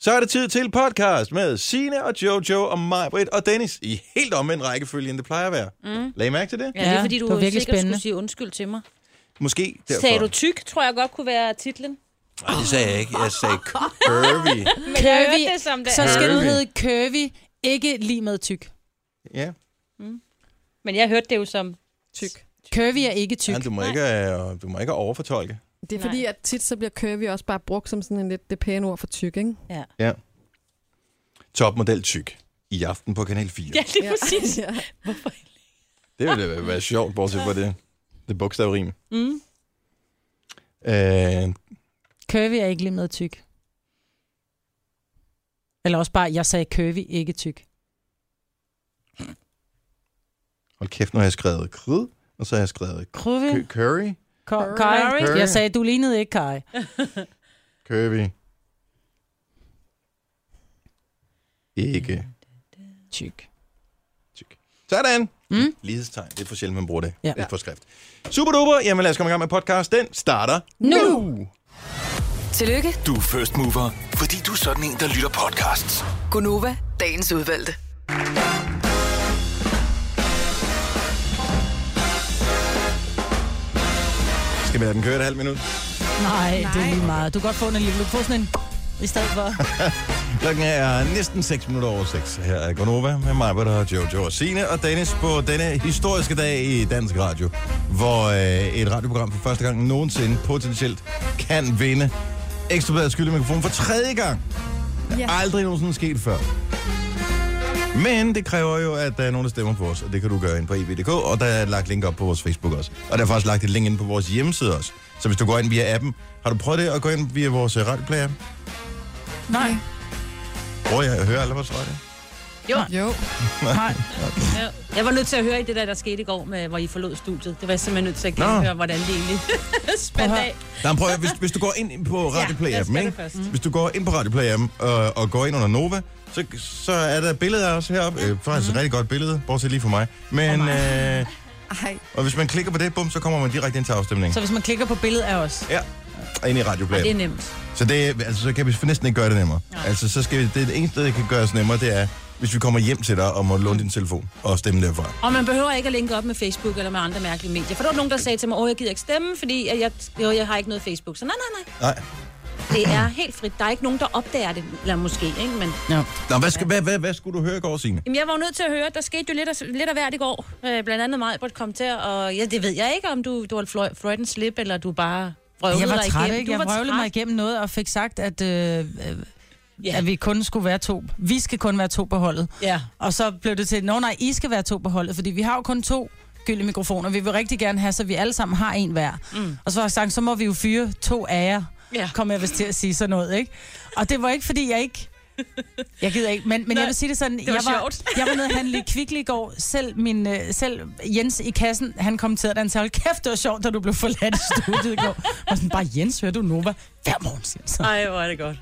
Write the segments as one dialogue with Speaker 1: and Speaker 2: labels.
Speaker 1: Så er det tid til podcast med Sine og Jojo og mig, Britt og Dennis i helt omvendt rækkefølge, end det plejer at være. Mm. Lad I mærke til det?
Speaker 2: Ja, det er fordi, du
Speaker 3: det var virkelig
Speaker 2: sikkert
Speaker 3: spændende.
Speaker 2: skulle sige undskyld til mig.
Speaker 1: Måske derfor.
Speaker 2: Sagde du tyk, tror jeg godt kunne være titlen.
Speaker 1: Nej, det sagde jeg ikke. Jeg sagde curvy.
Speaker 2: Men jeg
Speaker 3: Curvy,
Speaker 2: hørte det som det
Speaker 3: så skal
Speaker 1: er.
Speaker 3: du
Speaker 1: Curvy.
Speaker 3: hedde curvy, ikke lige med tyk.
Speaker 1: Ja,
Speaker 2: Men jeg hørte det jo som tyk.
Speaker 3: Curvy er ikke tyk.
Speaker 1: ja du, må ikke, øh, du må ikke overfortolke.
Speaker 4: Det er
Speaker 2: Nej.
Speaker 4: fordi, at tit så bliver curvy også bare brugt som sådan en lidt det pæne ord for tyk, ikke?
Speaker 1: Topmodel tyk i aften på Kanal 4.
Speaker 2: Ja, det er præcis.
Speaker 4: ja.
Speaker 2: Hvorfor?
Speaker 1: Det ville da være sjovt, bortset fra det. Det bogstavrim.
Speaker 2: Mm.
Speaker 1: Øh,
Speaker 3: Curvy er ikke lige med tyk. Eller også bare, jeg sagde curvy, ikke tyk.
Speaker 1: hold kæft, nu har jeg skrevet kød, og så har jeg skrevet kø-
Speaker 3: Curvy?
Speaker 1: curry, Curvy.
Speaker 3: Curvy. Curvy. Jeg sagde, du lignede ikke Kai.
Speaker 1: curvy. Ikke
Speaker 3: Tyk.
Speaker 1: tyk. Sådan.
Speaker 3: Mm?
Speaker 1: Lighedstegn. Det er for sjældent, man bruger det.
Speaker 3: Ja.
Speaker 1: Ja. på skrift. Super duper. Jamen lad os komme i gang med podcast. Den starter
Speaker 3: Nu.
Speaker 1: nu.
Speaker 5: Tillykke,
Speaker 6: Du er first mover, fordi du er sådan en, der lytter podcasts.
Speaker 5: Gunova, dagens udvalgte.
Speaker 1: Skal vi lade den køre et halvt minut?
Speaker 3: Nej, det er lige meget. Du kan godt få en alligevel. Du kan få sådan en i stedet for.
Speaker 1: Klokken er næsten 6 minutter over 6. Her er Gonova med mig, Britta, og Jojo og Signe og Dennis på denne historiske dag i Dansk Radio, hvor øh, et radioprogram for første gang nogensinde potentielt kan vinde ekstrabladet skyldemikrofon for tredje gang. Det er aldrig nogensinde sket før. Men det kræver jo, at der er nogen, der stemmer på os, og det kan du gøre ind på ib.dk, og der er lagt link op på vores Facebook også. Og der er faktisk lagt et link ind på vores hjemmeside også. Så hvis du går ind via appen, har du prøvet det at gå ind via vores øh, radioplayer?
Speaker 3: Nej,
Speaker 1: Prøver jeg at høre alle vores radio?
Speaker 4: Jo.
Speaker 3: nej.
Speaker 2: Jeg var nødt til at høre i det der, der skete i går, med, hvor I forlod studiet. Det var jeg simpelthen nødt til at
Speaker 1: Nå.
Speaker 2: gennemføre, hvordan det egentlig spændte af.
Speaker 1: Nej, men prøv at, høre, hvis, hvis du går ind på
Speaker 2: lad os
Speaker 1: Radioplay-appen,
Speaker 2: gøre
Speaker 1: ikke?
Speaker 2: det først. Mm.
Speaker 1: hvis du går ind på Radioplay-appen øh, og, og går ind under Nova, så, så er der billeder af os heroppe. Øh, faktisk
Speaker 2: Mm.
Speaker 1: et rigtig godt billede, bortset lige for mig. Men, øh,
Speaker 4: Ej,
Speaker 1: og hvis man klikker på det, bum, så kommer man direkte ind til afstemningen.
Speaker 3: Så hvis man klikker på billedet af os.
Speaker 1: Ja, og ind i
Speaker 2: Det er
Speaker 1: Radioplay-appen.
Speaker 2: nemt.
Speaker 1: Så, det, er- altså, så kan vi for næsten ikke gøre det nemmere. Altså, så skal vi, det, det eneste, der kan gøres nemmere, det er, hvis vi kommer hjem til dig og må låne din telefon og stemme derfra.
Speaker 2: Og man behøver ikke at linke op med Facebook eller med andre mærkelige medier. For der var nogen, der sagde til mig, åh, jeg gider ikke stemme, fordi at jeg, jo, jeg har ikke noget Facebook. Så nej, nej, nej.
Speaker 1: Nej.
Speaker 2: Det er helt frit. Der er ikke nogen, der opdager det. Eller måske, ikke? Men
Speaker 1: Nå, hvad, skal, hvad, hvad, hvad skulle du høre i går, Signe?
Speaker 2: Jamen, jeg var jo nødt til at høre, der skete jo lidt af, lidt af hvert i går. Øh, blandt andet mig, kom til, og ja, det ved jeg ikke, om du, du var Floyd, Floydens slip, eller du bare vrøvlede
Speaker 3: Jeg var
Speaker 2: dig
Speaker 3: træt,
Speaker 2: igennem.
Speaker 3: ikke?
Speaker 2: Du
Speaker 3: Jeg
Speaker 2: var
Speaker 3: vrøvlede
Speaker 2: træt.
Speaker 3: mig igennem noget og fik sagt, at, øh, øh,
Speaker 2: Ja.
Speaker 3: at vi kun skulle være to. Vi skal kun være to på holdet.
Speaker 2: Ja.
Speaker 3: Og så blev det til, nå nej, I skal være to på holdet, fordi vi har jo kun to gylde mikrofoner. Vi vil rigtig gerne have, så vi alle sammen har en hver. Mm. Og så har jeg sagt, så må vi jo fyre to af jer,
Speaker 2: Ja.
Speaker 3: kom jeg vist til at sige sådan noget, ikke? Og det var ikke, fordi jeg ikke... Jeg gider ikke, men, men
Speaker 2: Nej,
Speaker 3: jeg vil sige det sådan,
Speaker 2: var
Speaker 3: jeg, var,
Speaker 2: sjovt.
Speaker 3: jeg var nede og handle kvickly i går, selv, min, øh, selv Jens i kassen, han kom til, og han sagde, "Hold kæft, det var sjovt, da du blev forladt i studiet i går. Og sådan, bare Jens, hører du Nova hver morgen, siger han så.
Speaker 2: Ej, hvor er det godt.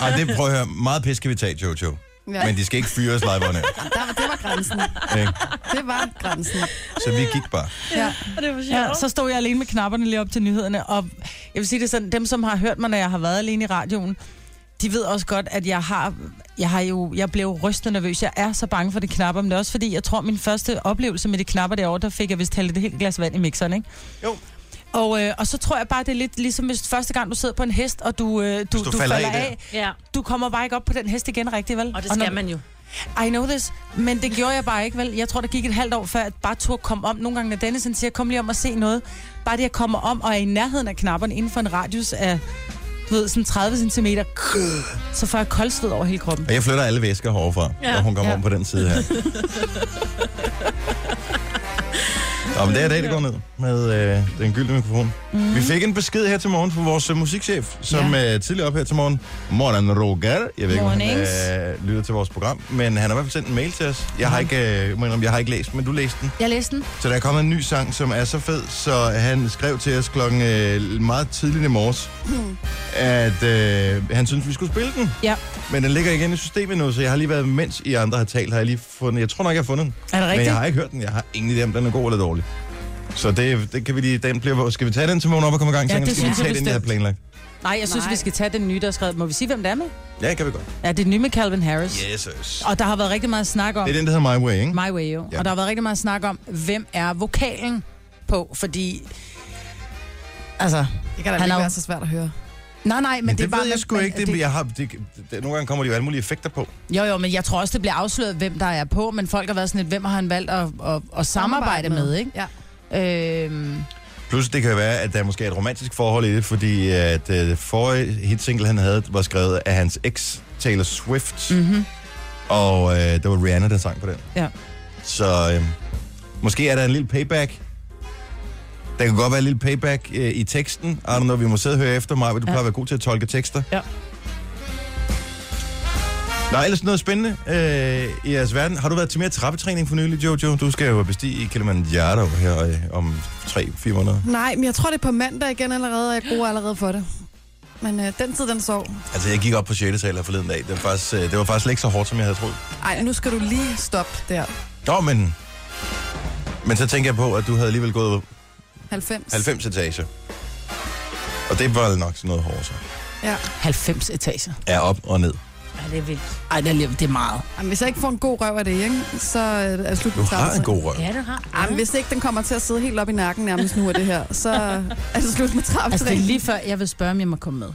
Speaker 1: Ej, det prøver at høre. Meget pis skal vi tage, Jojo.
Speaker 4: Ja.
Speaker 1: Men de skal ikke fyre os live on air,
Speaker 4: der, var- det var grænsen.
Speaker 1: ikke?
Speaker 4: Det var grænsen.
Speaker 1: Så vi gik bare.
Speaker 4: Ja.
Speaker 2: Og det var sjovt.
Speaker 3: Ja, så stod jeg alene med knapperne lige op til nyhederne, og jeg vil sige det sådan, dem som har hørt mig, når jeg har været alene i radioen, de ved også godt, at jeg har, jeg har jo, jeg blev rystende nervøs. Jeg er så bange for de knapper, men det er også fordi, jeg tror, min første oplevelse med de knapper derovre, der fik jeg vist hældt et helt glas vand i mixeren, ikke?
Speaker 1: Jo.
Speaker 3: Og, øh, og så tror jeg bare, det er lidt ligesom, hvis første gang du sidder på en hest, og du, øh, du,
Speaker 1: du falder
Speaker 3: du, falder,
Speaker 1: af der.
Speaker 3: af,
Speaker 2: Ja,
Speaker 3: du kommer bare ikke op på den hest igen rigtigt, vel?
Speaker 2: og det skal
Speaker 3: når-
Speaker 2: man jo.
Speaker 3: i know this, men det gjorde jeg bare ikke, vel? Jeg tror, der gik et halvt år, før jeg bare tog kom om. Nogle gange, når Dennis han siger, kom lige om og se noget. Bare det, jeg kommer om og er i nærheden af knapperne inden for en radius af, du ved, sådan 30 cm, så får jeg koldsved over hele kroppen.
Speaker 1: Og jeg flytter alle væsker heroverfra, ja.
Speaker 2: Ja.
Speaker 1: og hun kommer ja.
Speaker 3: Ja.
Speaker 1: om på den side her. Nå, men det er i dag, det går ned med øh, den gyldne mikrofon. Mm. Vi fik en besked her til morgen fra vores øh, musikchef, som ja. øh, tidligere op her til morgen. Morgen Roger. Jeg ved ikke, om han
Speaker 3: Mornings.
Speaker 1: øh, lytter til vores program, men han har i hvert fald sendt en mail til os. Jeg har ikke, øh, jeg må indrømme, jeg har ikke læst, men du læste den.
Speaker 3: Jeg læste den.
Speaker 1: Så der er kommet en ny sang, som er så fed, så han skrev til os klokken øh, meget tidligt i morges, at øh, han synes, vi skulle spille den.
Speaker 3: Ja.
Speaker 1: Men den ligger igen i systemet nu, så jeg har lige været, mens I andre har talt, har jeg lige fundet, jeg tror nok, jeg har fundet den.
Speaker 3: Er det
Speaker 1: Men
Speaker 3: rigtigt?
Speaker 1: jeg har ikke hørt den, jeg har ingen idé om, den er god eller dårlig. Så det, det kan vi lige, den bliver, skal vi tage den til morgen op og komme i gang?
Speaker 3: Ja,
Speaker 1: Tænker,
Speaker 3: det
Speaker 1: skal vi
Speaker 3: synes jeg
Speaker 1: tage den, jeg havde
Speaker 3: bestemt.
Speaker 1: planlagt.
Speaker 3: Nej, jeg synes,
Speaker 4: Nej.
Speaker 3: vi skal tage den nye, der er skrevet. Må vi sige, hvem det er med?
Speaker 1: Ja, kan vi godt.
Speaker 3: Ja, det er den nye med Calvin Harris.
Speaker 1: Jesus.
Speaker 3: Og der har været rigtig meget snak om...
Speaker 1: Det er den, der hedder My Way, ikke?
Speaker 3: My Way, jo.
Speaker 1: Ja.
Speaker 3: Ja. Og der har været rigtig meget snak om, hvem er vokalen på, fordi... Altså,
Speaker 7: Det kan da
Speaker 3: Han
Speaker 7: ikke
Speaker 3: er jo-
Speaker 7: være så svært at høre.
Speaker 3: nej, nej, men,
Speaker 1: Men
Speaker 3: det,
Speaker 1: det,
Speaker 3: er bare...
Speaker 1: ved jeg sgu
Speaker 3: men-
Speaker 1: ikke. Det, det, jeg har, det, det, nogle gange kommer de jo alle mulige effekter på.
Speaker 3: Jo, jo, men jeg tror også, det bliver afsløret, hvem der er på, men folk har været sådan lidt, hvem har han valgt at, at, at samarbejde med, ikke?
Speaker 7: Ja.
Speaker 3: Øhm,
Speaker 1: Plus det kan være, at der måske er et romantisk forhold i det, fordi at øh, forrige hitsingle, han havde, var skrevet af hans eks, Taylor Swift.
Speaker 3: mm-hmm.
Speaker 1: Og øh, det var Rihanna, der sang på den.
Speaker 3: Ja.
Speaker 1: Så øh, måske er der en lille payback. Der kan godt være en lille payback øh, i teksten. I don't know, vi må sidde og høre efter mig, du ja. plejer at være god til at tolke tekster.
Speaker 3: Ja.
Speaker 1: Nå, ellers noget spændende øh, i jeres verden. Har du været til mere trappetræning for nylig, Jojo? Du skal jo bestige Kilimanjaro her øh, om 3-4 måneder.
Speaker 7: Nej, men jeg tror, det er på mandag igen allerede, og jeg gruer allerede for det. Men øh, den tid, den sov.
Speaker 1: Altså, jeg gik op på 6. sal her forleden dag. Det var, faktisk, øh, det var faktisk ikke så hårdt, som jeg havde troet.
Speaker 7: Ej, nu skal du lige stoppe der.
Speaker 1: Nå, men... Men så tænker jeg på, at du havde alligevel gået
Speaker 7: 90.
Speaker 1: 90 etager. Og det var nok sådan noget hårdt. så.
Speaker 3: 90 etager.
Speaker 1: Ja, op og ned.
Speaker 2: Ja, det er vildt.
Speaker 3: Ej, det er, lige- det er meget.
Speaker 7: Jamen, hvis jeg ikke får en god røv af det, ikke, så øh, er det slut
Speaker 1: Du
Speaker 7: med
Speaker 1: har en
Speaker 7: trappetræning.
Speaker 1: god røv.
Speaker 2: Ja, det har.
Speaker 7: Jamen, hvis ikke den kommer til at sidde helt op i nakken nærmest nu af det her, så er det slut med
Speaker 3: Altså, det er
Speaker 7: trappetræning.
Speaker 3: lige før, jeg vil spørge, om jeg må komme med.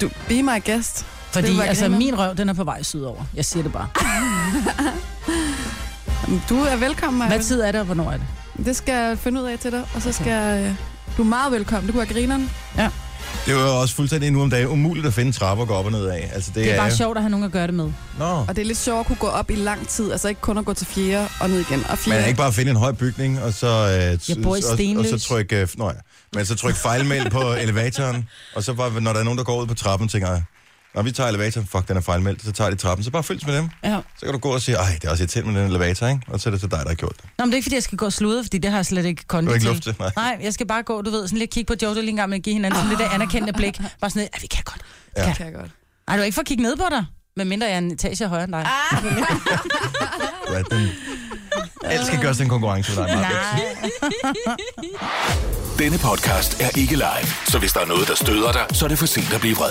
Speaker 7: Du, be my guest.
Speaker 3: Fordi
Speaker 7: var
Speaker 3: altså,
Speaker 7: grineren.
Speaker 3: min røv, den er på vej sydover. Jeg siger det bare.
Speaker 7: Jamen, Du er velkommen, Maja.
Speaker 3: Hvad tid er det, og hvornår er det?
Speaker 7: Det skal jeg finde ud af til dig, og så skal jeg... øh, Du er meget velkommen. Du kunne være grineren.
Speaker 1: Det var også fuldstændig nu om dagen umuligt at finde trapper at gå op og ned af. Altså, det,
Speaker 3: Det er bare
Speaker 1: jo-
Speaker 3: sjovt at have nogen at gøre det med.
Speaker 1: Nå.
Speaker 7: Og det er lidt sjovt at kunne gå op i lang tid. Altså ikke kun at gå til fjerde og ned igen. Og fjerde.
Speaker 1: Man kan ikke bare finde en høj bygning, og så, øh,
Speaker 3: Jeg bor i
Speaker 1: og, og
Speaker 3: Stenløs.
Speaker 1: så trykke, øh, nå ja, men så tryk fejlmeld på elevatoren, og så bare, når der er nogen, der går ud på trappen, tænker jeg, når vi tager elevatoren, fuck, den er fejlmeldt, så tager de trappen, så bare følges med dem.
Speaker 3: Ja.
Speaker 1: Så kan du gå og sige, ej, det er også irriterende med den elevator, ikke? Og så er det så dig, der har gjort det.
Speaker 3: Nå, men det er ikke, fordi jeg skal gå og slude, fordi det har jeg slet ikke
Speaker 1: Du
Speaker 3: kondi
Speaker 1: har ikke
Speaker 3: til.
Speaker 1: luft til, nej.
Speaker 3: Nej, jeg skal bare gå, du ved, sådan lidt kigge på Jojo lige en gang, men give hinanden sådan lidt af anerkendende blik. Bare sådan lidt, "Ej, vi kan godt.
Speaker 1: Ja.
Speaker 3: Ja.
Speaker 7: Kan jeg godt.
Speaker 3: Nej, du er ikke for at kigge ned på dig, medmindre jeg er en etage højere end dig.
Speaker 1: Du er den... Alt skal gøres til en konkurrence for dig, Maja.
Speaker 6: Denne podcast er ikke live, så hvis der er noget, der støder dig, så er det for sent at blive vred.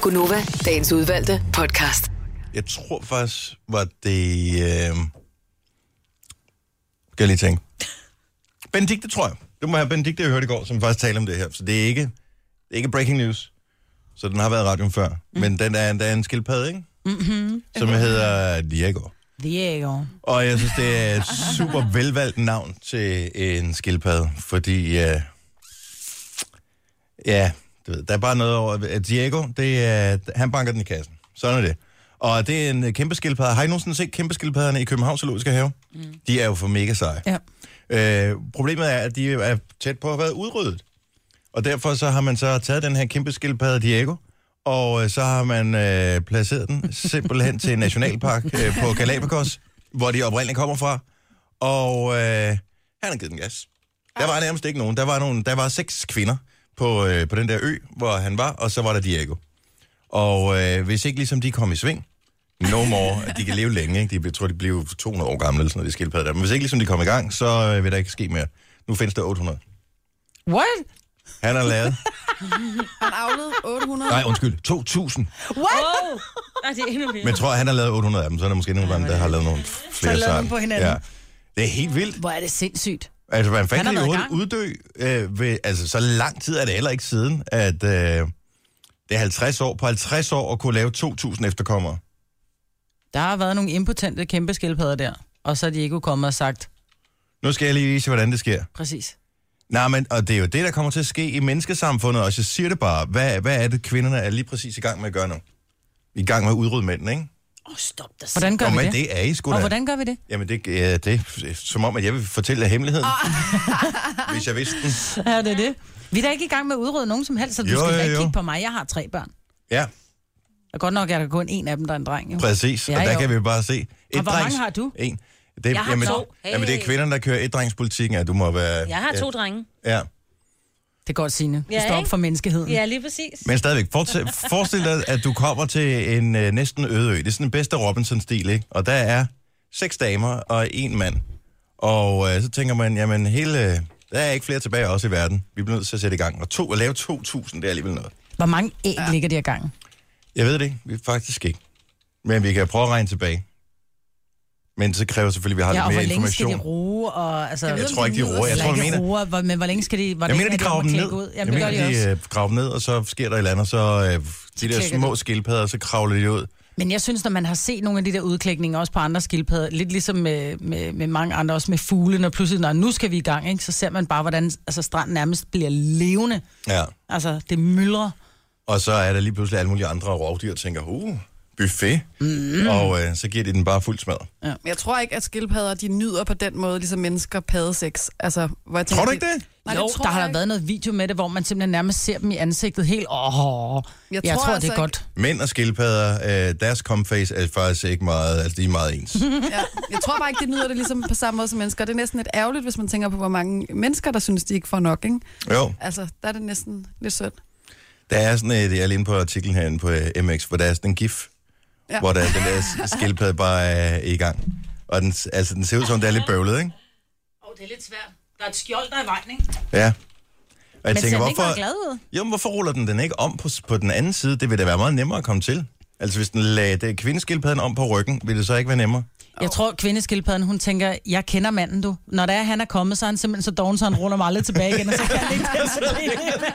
Speaker 5: Gunova, dagens udvalgte podcast.
Speaker 1: Jeg tror faktisk, var det... Øh... Skal jeg lige tænke. Benedikte, tror jeg. Det må have Benedikte, jeg hørte i går, som faktisk talte om det her. Så det er ikke, det er ikke breaking news. Så den har været i radioen før. Mm. Men den er, der er en skildpadde, ikke? Mm-hmm. Som hedder Diego.
Speaker 3: Det er jo.
Speaker 1: Og jeg synes, det er et super velvalgt navn til en skildpadde, fordi... Øh, ja, du ved, der er bare noget over... At Diego, det er, han banker den i kassen. Sådan er det. Og det er en øh, kæmpe skildpadde. Har I nogensinde set kæmpe skildpadderne i Københavns Zoologiske Have? Mm. De er jo for mega seje.
Speaker 3: Ja.
Speaker 1: Øh, problemet er, at de er tæt på at have været udryddet. Og derfor så har man så taget den her kæmpe skildpadde Diego, og øh, så har man øh, placeret den simpelthen til en nationalpark øh, på Galapagos, hvor de oprindeligt kommer fra. Og øh, han har givet den gas. Der var nærmest ikke nogen. Der var, nogle, der var seks kvinder på, øh, på den der ø, hvor han var, og så var der Diego. Og øh, hvis ikke ligesom de kom i sving, no more, at de kan leve længe, ikke? De, jeg tror, de blev 200 år gamle, eller sådan noget, de skildpadder. der. Men hvis ikke ligesom de kom i gang, så øh, vil der ikke ske mere. Nu findes der 800.
Speaker 3: What?
Speaker 1: Han har lavet...
Speaker 7: Han avlede 800.
Speaker 1: Nej, undskyld. 2000.
Speaker 2: What? Oh. Nej, det er endnu mere.
Speaker 1: Men jeg tror, han har lavet 800 af dem, så er der måske nogle af dem, der har lavet nogle flere
Speaker 3: lavet
Speaker 1: sammen.
Speaker 3: dem på hinanden.
Speaker 1: Ja. Det er helt vildt.
Speaker 3: Hvor er det sindssygt.
Speaker 1: Altså, man
Speaker 3: Han
Speaker 1: fanden
Speaker 3: har
Speaker 1: kan de
Speaker 3: været i
Speaker 1: overhovedet uddø? Øh, ved, altså, så lang tid er det heller ikke siden, at øh, det er 50 år. På 50 år at kunne lave 2.000 efterkommere.
Speaker 3: Der har været nogle impotente kæmpe skildpadder der, og så er de ikke kommet og sagt,
Speaker 1: Nu skal jeg lige vise, jer, hvordan det sker.
Speaker 3: præcis.
Speaker 1: Nej, men og det er jo det, der kommer til at ske i menneskesamfundet også. Jeg siger det bare. Hvad, hvad er det, kvinderne er lige præcis i gang med at gøre nu? I gang med at udrydde mændene, ikke?
Speaker 2: Åh, oh, stop dig.
Speaker 3: Hvordan gør
Speaker 1: Nå,
Speaker 3: vi
Speaker 1: men
Speaker 3: det?
Speaker 1: det er I sgu da.
Speaker 3: Og hvordan gør vi det?
Speaker 1: Jamen, det, ja, det er som om, at jeg vil fortælle jer hemmeligheden.
Speaker 3: Ah.
Speaker 1: hvis jeg vidste den.
Speaker 3: Ja, det er det. Vi er da ikke i gang med at udrydde nogen som helst, så du
Speaker 1: Jo,
Speaker 3: jo, skal
Speaker 1: jo,
Speaker 3: da ikke
Speaker 1: jo.
Speaker 3: kigge på mig. Jeg har tre børn.
Speaker 1: Ja,
Speaker 3: Og godt nok er der kun en af dem, der er en dreng. Jo.
Speaker 1: præcis.
Speaker 3: Ja,
Speaker 1: og der
Speaker 3: jo.
Speaker 1: kan vi bare se. Et
Speaker 3: Og hvor mange har du?
Speaker 1: En. Det, er-
Speaker 2: Jeg har
Speaker 1: jamen,
Speaker 2: to. Hey.
Speaker 1: Jamen, det er kvinderne, der kører etdrengspolitikken. Ja, du må være...
Speaker 2: Jeg har to drenge.
Speaker 1: Ja. ja.
Speaker 3: Det er godt, Signe. Du
Speaker 2: Ja,
Speaker 3: står op
Speaker 2: ikke?
Speaker 3: for menneskeheden.
Speaker 2: Ja, lige præcis.
Speaker 1: Men stadigvæk, fortsæt, forestil dig, at du kommer til en øh, næsten øde ø. Det er sådan den bedste Robinson-stil, ikke? Og der er seks damer og en mand. Og øh, så tænker man, jamen hele... Øh, der er ikke flere tilbage også i verden. Vi bliver nødt til at sætte i gang. Og to, at lave 2.000, det er alligevel noget.
Speaker 3: Hvor mange æg ja. ligger de ad gangen?
Speaker 1: Jeg ved det ikke. Vi faktisk ikke. Men vi kan prøve at regne tilbage. Men så kræver selvfølgelig, at vi har
Speaker 3: Ja, og
Speaker 1: lidt mere
Speaker 3: hvor længe skal
Speaker 1: information.
Speaker 3: de roe? Og, altså,
Speaker 1: Jeg tror ikke, de roer. Jeg tror, de mener...
Speaker 3: roer, hvor- men hvor længe skal de... Hvor
Speaker 1: Jeg
Speaker 3: længe
Speaker 1: mener, de
Speaker 3: er
Speaker 1: graver
Speaker 3: om
Speaker 1: dem
Speaker 3: at
Speaker 1: ned.
Speaker 3: klække Ud?
Speaker 1: Jeg
Speaker 3: Jamen, det
Speaker 1: mener,
Speaker 3: gør de,
Speaker 1: de
Speaker 3: også.
Speaker 1: øh, graver dem ned, og så sker der et eller andet, så øh, de der
Speaker 3: klikker
Speaker 1: små skildpadder, så kravler de ud.
Speaker 3: Men jeg synes, når man har set nogle af de der udklækninger, også på andre skildpadder, lidt ligesom med, med, med mange andre, også med fugle, når pludselig, når nu skal vi i gang, ikke, så ser man bare, hvordan altså, stranden nærmest bliver levende.
Speaker 1: Ja.
Speaker 3: Altså, det myldrer.
Speaker 1: Og så er der lige pludselig alle mulige andre rovdyr, der tænker, uh, buffet. Mm. Og øh, så giver de den bare fuld smad.
Speaker 7: Men jeg tror ikke, at skildpadder, de nyder på den måde, ligesom mennesker paddeseks. Altså, hvor jeg tænker,
Speaker 1: Tror du ikke det?
Speaker 7: Nej,
Speaker 3: jo,
Speaker 7: det tror
Speaker 3: der har
Speaker 7: jeg
Speaker 3: der
Speaker 7: ikke.
Speaker 3: været noget video med det, hvor man simpelthen nærmest ser dem i ansigtet helt, åh, jeg, jeg tror,
Speaker 7: tror
Speaker 3: tror det
Speaker 7: altså
Speaker 3: er
Speaker 7: ikke-
Speaker 3: godt.
Speaker 1: Mænd og skildpadder, øh, deres comface er faktisk ikke meget, altså de er meget ens.
Speaker 7: Ja. Jeg tror bare ikke, det nyder det ligesom på samme måde som mennesker. Det er næsten lidt ærgerligt, hvis man tænker på, hvor mange mennesker, der synes, de ikke får nok, ikke?
Speaker 1: jo,
Speaker 7: Altså, der er det næsten lidt synd.
Speaker 1: der er sådan et, jeg er lige inde på artiklen herinde på øh, MX, hvor der er sådan en gif, ja.
Speaker 7: Ja.
Speaker 1: hvor der, den der skildpadde bare er i gang. Og den, altså, den ser ud som, det er lidt bøvlet, ikke?
Speaker 3: Åh, oh, det er lidt svært. Der er et skjold, der er i vejen, ikke?
Speaker 1: Ja. Og jeg
Speaker 3: Men
Speaker 1: tænker,
Speaker 3: ser den ikke
Speaker 1: hvorfor,
Speaker 3: meget glad ud?
Speaker 1: Jamen, hvorfor ruller den den ikke om på, på den anden side? Det vil da være meget nemmere at komme til. Altså, hvis den lagde kvindeskildpadden om på ryggen, ville det så ikke være nemmere?
Speaker 3: Jeg tror, kvindeskildpadden, hun tænker, jeg kender manden, du. Når der er, han er kommet, så er han simpelthen så doven, så han ruller mig aldrig tilbage igen, og så kan han ikke det.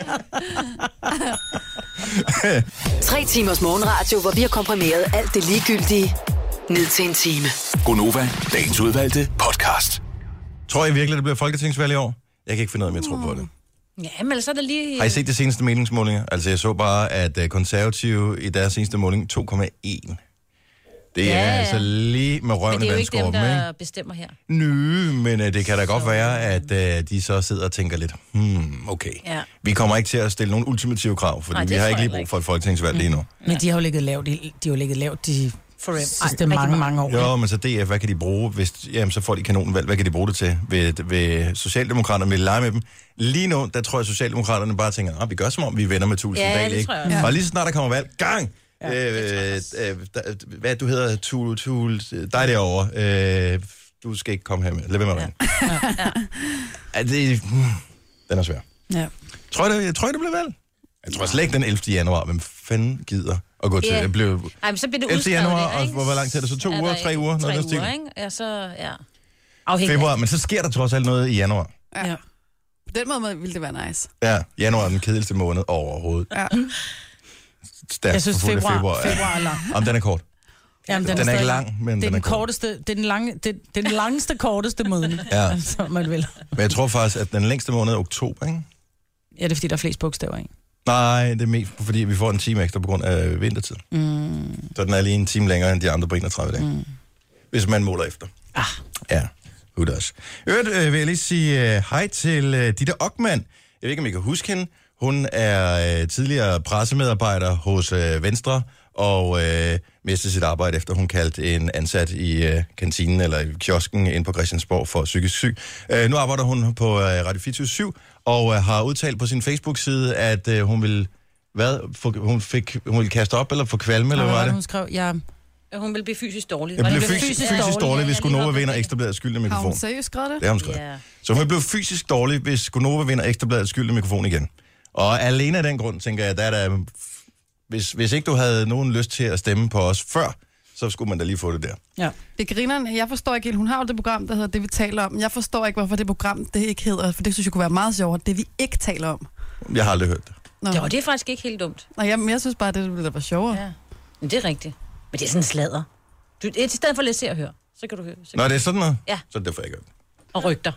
Speaker 5: Tre timers morgenradio, hvor vi har komprimeret alt det ligegyldige ned til en time.
Speaker 6: Gonova, dagens udvalgte podcast.
Speaker 1: Tror I virkelig, det bliver folketingsvalg i år? Jeg kan ikke finde ud af, om jeg tror på det.
Speaker 2: Ja, men så er der lige...
Speaker 1: Har I set de seneste meningsmålinger? Altså, jeg så bare, at øh, konservative i deres seneste måling 2,1. Det er ja,
Speaker 2: Ja,
Speaker 1: ja.
Speaker 2: ja.
Speaker 1: altså lige med
Speaker 2: men
Speaker 1: røven
Speaker 2: det
Speaker 1: i
Speaker 2: er jo ikke dem,
Speaker 1: vandskorben,
Speaker 2: der
Speaker 1: ikke?
Speaker 2: bestemmer her.
Speaker 1: Nø, men øh, det kan da godt være, at øh, de så sidder og tænker lidt, hmm, okay.
Speaker 2: Ja.
Speaker 1: Vi kommer ikke til at stille nogle ultimative krav, fordi
Speaker 2: Nej, det
Speaker 1: vi har
Speaker 2: tror
Speaker 1: ikke
Speaker 2: jeg
Speaker 1: lige brug
Speaker 2: ikke. Mm.
Speaker 1: for et folketingsvalg lige nu.
Speaker 3: Men de har jo ligget lavt, de, de har jo ligget lavt de
Speaker 2: Forever.
Speaker 3: sidste
Speaker 2: Ej, rigtig
Speaker 3: mange, mange år.
Speaker 1: Jo, men så DF, hvad kan de bruge, hvis jamen, så får de kanonvalg, hvad kan de bruge det til? Ved, ved Socialdemokraterne vil lege med dem. Lige nu, der tror jeg, Socialdemokraterne bare tænker, ah, vi gør som om, vi vender med tusind
Speaker 2: Ja, det
Speaker 1: dage, ikke?
Speaker 2: tror jeg også.
Speaker 1: Og lige så snart der kommer valg, gang! Ja, øh, øh, der- hvad du hedder, Tul, Tul, dig derovre, øh, du skal ikke komme her med. Lad være med at ja. Ja. det, hmm, den er svær.
Speaker 7: Ja.
Speaker 1: Tror jeg, det, jeg tror, det bliver valg. Jeg tror slet ikke den 11. januar. Hvem fanden gider at gå til?
Speaker 2: Ja.
Speaker 1: Yeah. Det blev,
Speaker 2: Ej, men så bliver det
Speaker 1: 11.
Speaker 2: udskrevet
Speaker 1: januar,
Speaker 2: der,
Speaker 1: og
Speaker 2: ikke?
Speaker 1: hvor- hvor lang tid er det så? To
Speaker 2: der
Speaker 1: uger, tre
Speaker 2: ikke-
Speaker 1: uger, noget
Speaker 2: Tre
Speaker 1: af den stil?
Speaker 2: uger, ikke? Ja, så... Ja. Afhængig af-
Speaker 1: februar, men så sker der trods alt noget i januar.
Speaker 7: ja. På den måde ville det være nice.
Speaker 1: Ja, januar er den kedeligste måned overhovedet.
Speaker 7: Ja.
Speaker 1: Stærkt
Speaker 3: Jeg synes,
Speaker 1: forfulgt af
Speaker 3: februar, februar,
Speaker 1: februar ja.
Speaker 3: februar er lang.
Speaker 1: Om den er kort.
Speaker 3: Jamen,
Speaker 1: Den er ikke
Speaker 3: stadig-
Speaker 1: lang, men
Speaker 3: det er
Speaker 1: den
Speaker 3: den,
Speaker 1: er kort.
Speaker 3: korteste, det er den, lange, det, det er den langeste, korteste måned,
Speaker 1: Ja.
Speaker 3: som man vil.
Speaker 1: Men jeg tror faktisk, at den længste måned er oktober, ikke?
Speaker 3: Ja, det er fordi, der er flest bogstaver, ikke?
Speaker 1: Nej, det er mest fordi, vi får en time ekstra på grund af vintertid. Mm. Så den er lige en time længere end de andre på 31 dage. Mm. Hvis man måler efter. Ah. Ja, who does. I Øvrigt øh, vil jeg lige sige øh, hej til øh, Ditte Ockmann. Jeg ved ikke, om I kan huske hende. Hun er øh, tidligere pressemedarbejder hos øh, Venstre, og øh, mistede sit arbejde, efter hun kaldte en ansat i øh, kantinen eller i kiosken inde på Christiansborg for psykisk syg. Øh, nu arbejder hun på øh, Radio 24 og øh, har udtalt på sin Facebook-side, at øh, hun vil hvad, få, hun fik, hun ville kaste op eller få kvalme, eller
Speaker 3: Og
Speaker 1: hvad var det?
Speaker 3: hun skrev? Ja,
Speaker 2: at Hun vil blive fysisk dårlig.
Speaker 1: Jeg
Speaker 2: Var
Speaker 1: blev
Speaker 2: det
Speaker 1: fysisk, fysisk, fysisk dårlig, hvis
Speaker 2: Ja, lige
Speaker 1: Gunova
Speaker 2: nok.
Speaker 1: vinder ekstrabladet skyldende
Speaker 7: Har
Speaker 1: mikrofon.
Speaker 7: hun seriøst skrevet det?
Speaker 1: Det har hun skrevet.
Speaker 2: Ja.
Speaker 1: Så hun blev fysisk dårlig, hvis Gunova vinder ekstrabladet skyldende mikrofon igen. Og alene af den grund, tænker jeg, der er der, hvis, hvis ikke du havde nogen lyst til at stemme på os før, så skulle man da lige få det der.
Speaker 3: ja.
Speaker 7: Det griner, jeg forstår ikke helt. Hun har jo det program, der hedder Det, vi taler om. Jeg forstår ikke, hvorfor det program, det ikke hedder, for det synes jeg kunne være meget sjovere. Det, vi ikke taler om.
Speaker 1: Jeg har aldrig hørt det.
Speaker 7: Nå,
Speaker 2: Jo, det er faktisk ikke helt dumt.
Speaker 7: Nå, jeg, jeg synes bare, det ville da være sjovere. Ja.
Speaker 2: Ja. Men det er rigtigt. Men det er sådan en sladder. Du, i stedet for at læse og høre, så kan du høre. Så kan
Speaker 1: Nå, det er sådan noget?
Speaker 2: Ja.
Speaker 1: Så er det derfor, jeg gør det.
Speaker 2: Og rygter.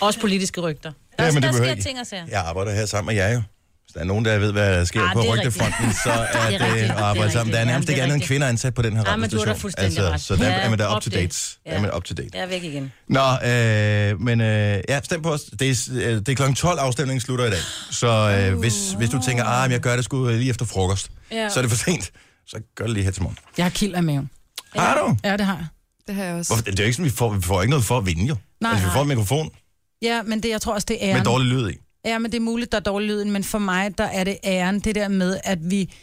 Speaker 2: Også politiske rygter.
Speaker 1: Ja,
Speaker 2: Der,
Speaker 1: men det
Speaker 2: der
Speaker 1: behøver
Speaker 2: sker
Speaker 1: ikke.
Speaker 2: ting og sager.
Speaker 1: Jeg arbejder her sammen med jer jo. Hvis der er nogen, der ved, hvad der sker
Speaker 2: Ah,
Speaker 1: på
Speaker 2: det er
Speaker 1: rygtefronten, så er
Speaker 2: Det er
Speaker 1: det
Speaker 2: rigtigt.
Speaker 1: at
Speaker 2: Det er
Speaker 1: arbejde sammen.
Speaker 2: rigtigt.
Speaker 1: Der er nærmest
Speaker 2: Jamen, det er
Speaker 1: ikke andet end
Speaker 2: rigtigt.
Speaker 1: kvinder ansat på den her
Speaker 2: Ah, men du har
Speaker 1: radiostation.
Speaker 2: da
Speaker 1: Altså,
Speaker 2: fuldstændig ret.
Speaker 1: så der
Speaker 2: Ja,
Speaker 1: er man der up to
Speaker 2: op det.
Speaker 1: date. Ja.
Speaker 2: Ja.
Speaker 1: man up to date.
Speaker 2: Jeg er væk igen.
Speaker 1: Nå, øh, men øh, ja, stem på os. Det er, øh, det er kl. 12, afstemningen slutter i dag. Så øh,
Speaker 3: Uh.
Speaker 1: hvis, hvis du tænker, ah, men jeg gør det sgu øh, lige efter frokost, ja.
Speaker 2: Ja.
Speaker 1: så er det for sent. Så gør det lige her til morgen.
Speaker 3: Jeg har kild af maven.
Speaker 1: Ja. Har du?
Speaker 3: Ja, det har jeg.
Speaker 7: Det har jeg også.
Speaker 1: Hvorfor, det er jo ikke sådan, vi får, vi får ikke noget for at vinde, jo.
Speaker 3: Nej,
Speaker 1: altså, vi får
Speaker 3: nej.
Speaker 1: en mikrofon
Speaker 3: Ja, men det, jeg tror også, det er
Speaker 1: med
Speaker 3: æren.
Speaker 1: dårlig lyd i.
Speaker 3: Ja, men det er muligt, der er dårlig lyden, men for mig, der er det æren, det der med, at vi,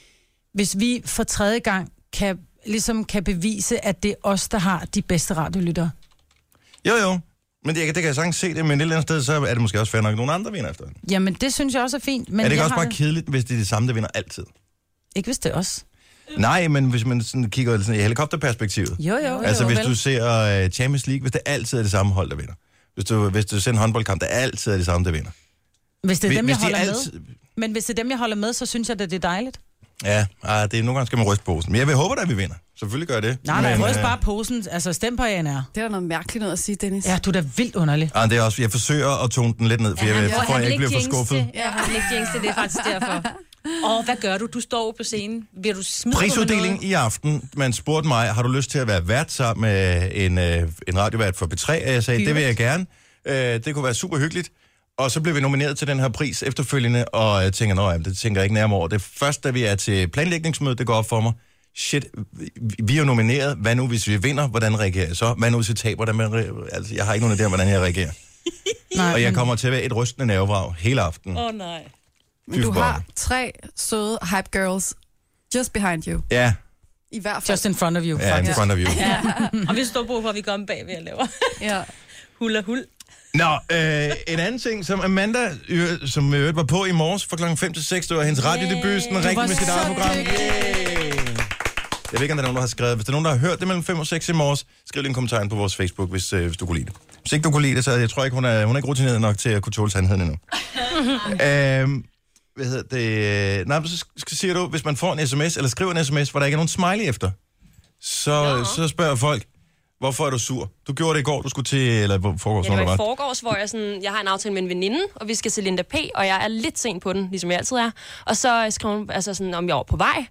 Speaker 3: hvis vi for tredje gang kan, ligesom kan bevise, at det er os, der har de bedste radiolyttere.
Speaker 1: Jo, jo. Men det, jeg kan- det kan jeg sagtens se det, men et eller andet sted, så er det måske også fair nok, at nogen andre vinder efter. Men
Speaker 3: Jamen, det synes jeg også er fint. Men
Speaker 1: er det ikke
Speaker 3: jeg
Speaker 1: også
Speaker 3: har
Speaker 1: bare kedeligt, hvis det er det samme, der vinder altid?
Speaker 3: Ikke hvis det er os.
Speaker 1: Nej, men hvis man sådan kigger sådan i helikopterperspektivet.
Speaker 3: Jo, jo, jo.
Speaker 1: altså, hvis
Speaker 3: vel.
Speaker 1: du ser øh, Champions League, hvis det altid er det samme hold, der vinder. Hvis du, hvis du ser en håndboldkamp, der altid er det samme, der vinder.
Speaker 3: Hvis det er
Speaker 1: Hvis-
Speaker 3: dem,
Speaker 1: hvis
Speaker 3: jeg
Speaker 1: de
Speaker 3: holder
Speaker 1: altid-
Speaker 3: med. Men hvis det er dem, jeg holder med, så synes jeg, at det er dejligt.
Speaker 1: Ja, ah, det er, nogle gange skal man ryste posen. Men jeg vil håbe, at vi vinder. Selvfølgelig gør jeg det.
Speaker 3: Nej, nej,
Speaker 1: men,
Speaker 3: ryst
Speaker 1: øh,
Speaker 3: bare posen. Altså, stem på ANR.
Speaker 7: Det er da noget mærkeligt noget at sige, Dennis.
Speaker 3: Ja, du er da vildt underlig.
Speaker 1: Ah, det er også, jeg forsøger at tone den lidt ned, for ja, jeg, vil- for at jeg ikke bliver for skuffet.
Speaker 2: Ja, han vil ikke jinxe det, det er faktisk derfor. Og hvad gør du? Du står jo på scenen. Bliver du smidt
Speaker 1: Prisuddeling i aften. Man spurgte mig, har du lyst til at være vært sammen med en, øh, en radiovært for B3? Og jeg sagde, det vil jeg gerne. Øh, det kunne være super hyggeligt. Og så blev vi nomineret til den her pris efterfølgende, og jeg tænker, nej, det tænker jeg ikke nærmere over. Det er først, da vi er til planlægningsmødet, det går op for mig. Shit, vi- vi er jo nomineret. Hvad nu, hvis vi vinder? Hvordan reagerer jeg så? Hvad nu, hvis vi taber? Hvordan re- altså, jeg har ikke nogen idé om, hvordan jeg reagerer.
Speaker 3: Nej,
Speaker 1: Og jeg
Speaker 3: men-
Speaker 1: kommer til at være et rystende nervevrag hele aftenen.
Speaker 2: Åh oh, nej.
Speaker 7: Men du
Speaker 1: Fy for
Speaker 7: har tre søde hype girls just behind you.
Speaker 1: Ja,
Speaker 7: I hvert fald.
Speaker 3: Just in front of you.
Speaker 1: ja, in
Speaker 3: faktisk.
Speaker 1: front of you.
Speaker 2: Og hvis du står brug for, at vi går om bagved og laver
Speaker 7: Ja.
Speaker 2: hul og hul.
Speaker 1: Nå, øh, en anden ting, som Amanda, øh, som øh, var på i morges fra klokken 5 til 6, det var hendes radiodebut, sådan
Speaker 3: Du
Speaker 1: rigtig
Speaker 3: var
Speaker 1: med sit
Speaker 3: så
Speaker 1: eget program.
Speaker 3: dygtig.
Speaker 1: Jeg ved ikke, om der er nogen, der har skrevet. Hvis der er nogen, der har hørt det mellem 5 og 6 i morges, skriv lige en kommentar ind på vores Facebook, hvis, øh, hvis du kunne lide det. Hvis ikke du kunne lide det, så jeg tror ikke, hun er, hun er ikke rutineret nok til at kunne tåle sandheden endnu. øhm, hvad hedder det? Nej, men så sk- siger du, hvis man får en sms, eller skriver en sms, hvor der ikke er nogen smiley efter, så, så spørger folk, hvorfor er du sur? Du gjorde det i går, du skulle til, eller hvor foregår
Speaker 8: Ja,
Speaker 1: sådan
Speaker 8: det
Speaker 1: noget,
Speaker 8: var
Speaker 1: der
Speaker 8: i forgårs, hvor jeg, sådan, jeg har en aftale med en veninde, og vi skal til Linda P., og jeg er lidt sent på den, ligesom jeg altid er. Og så skrev hun, altså sådan, om jeg var på vej,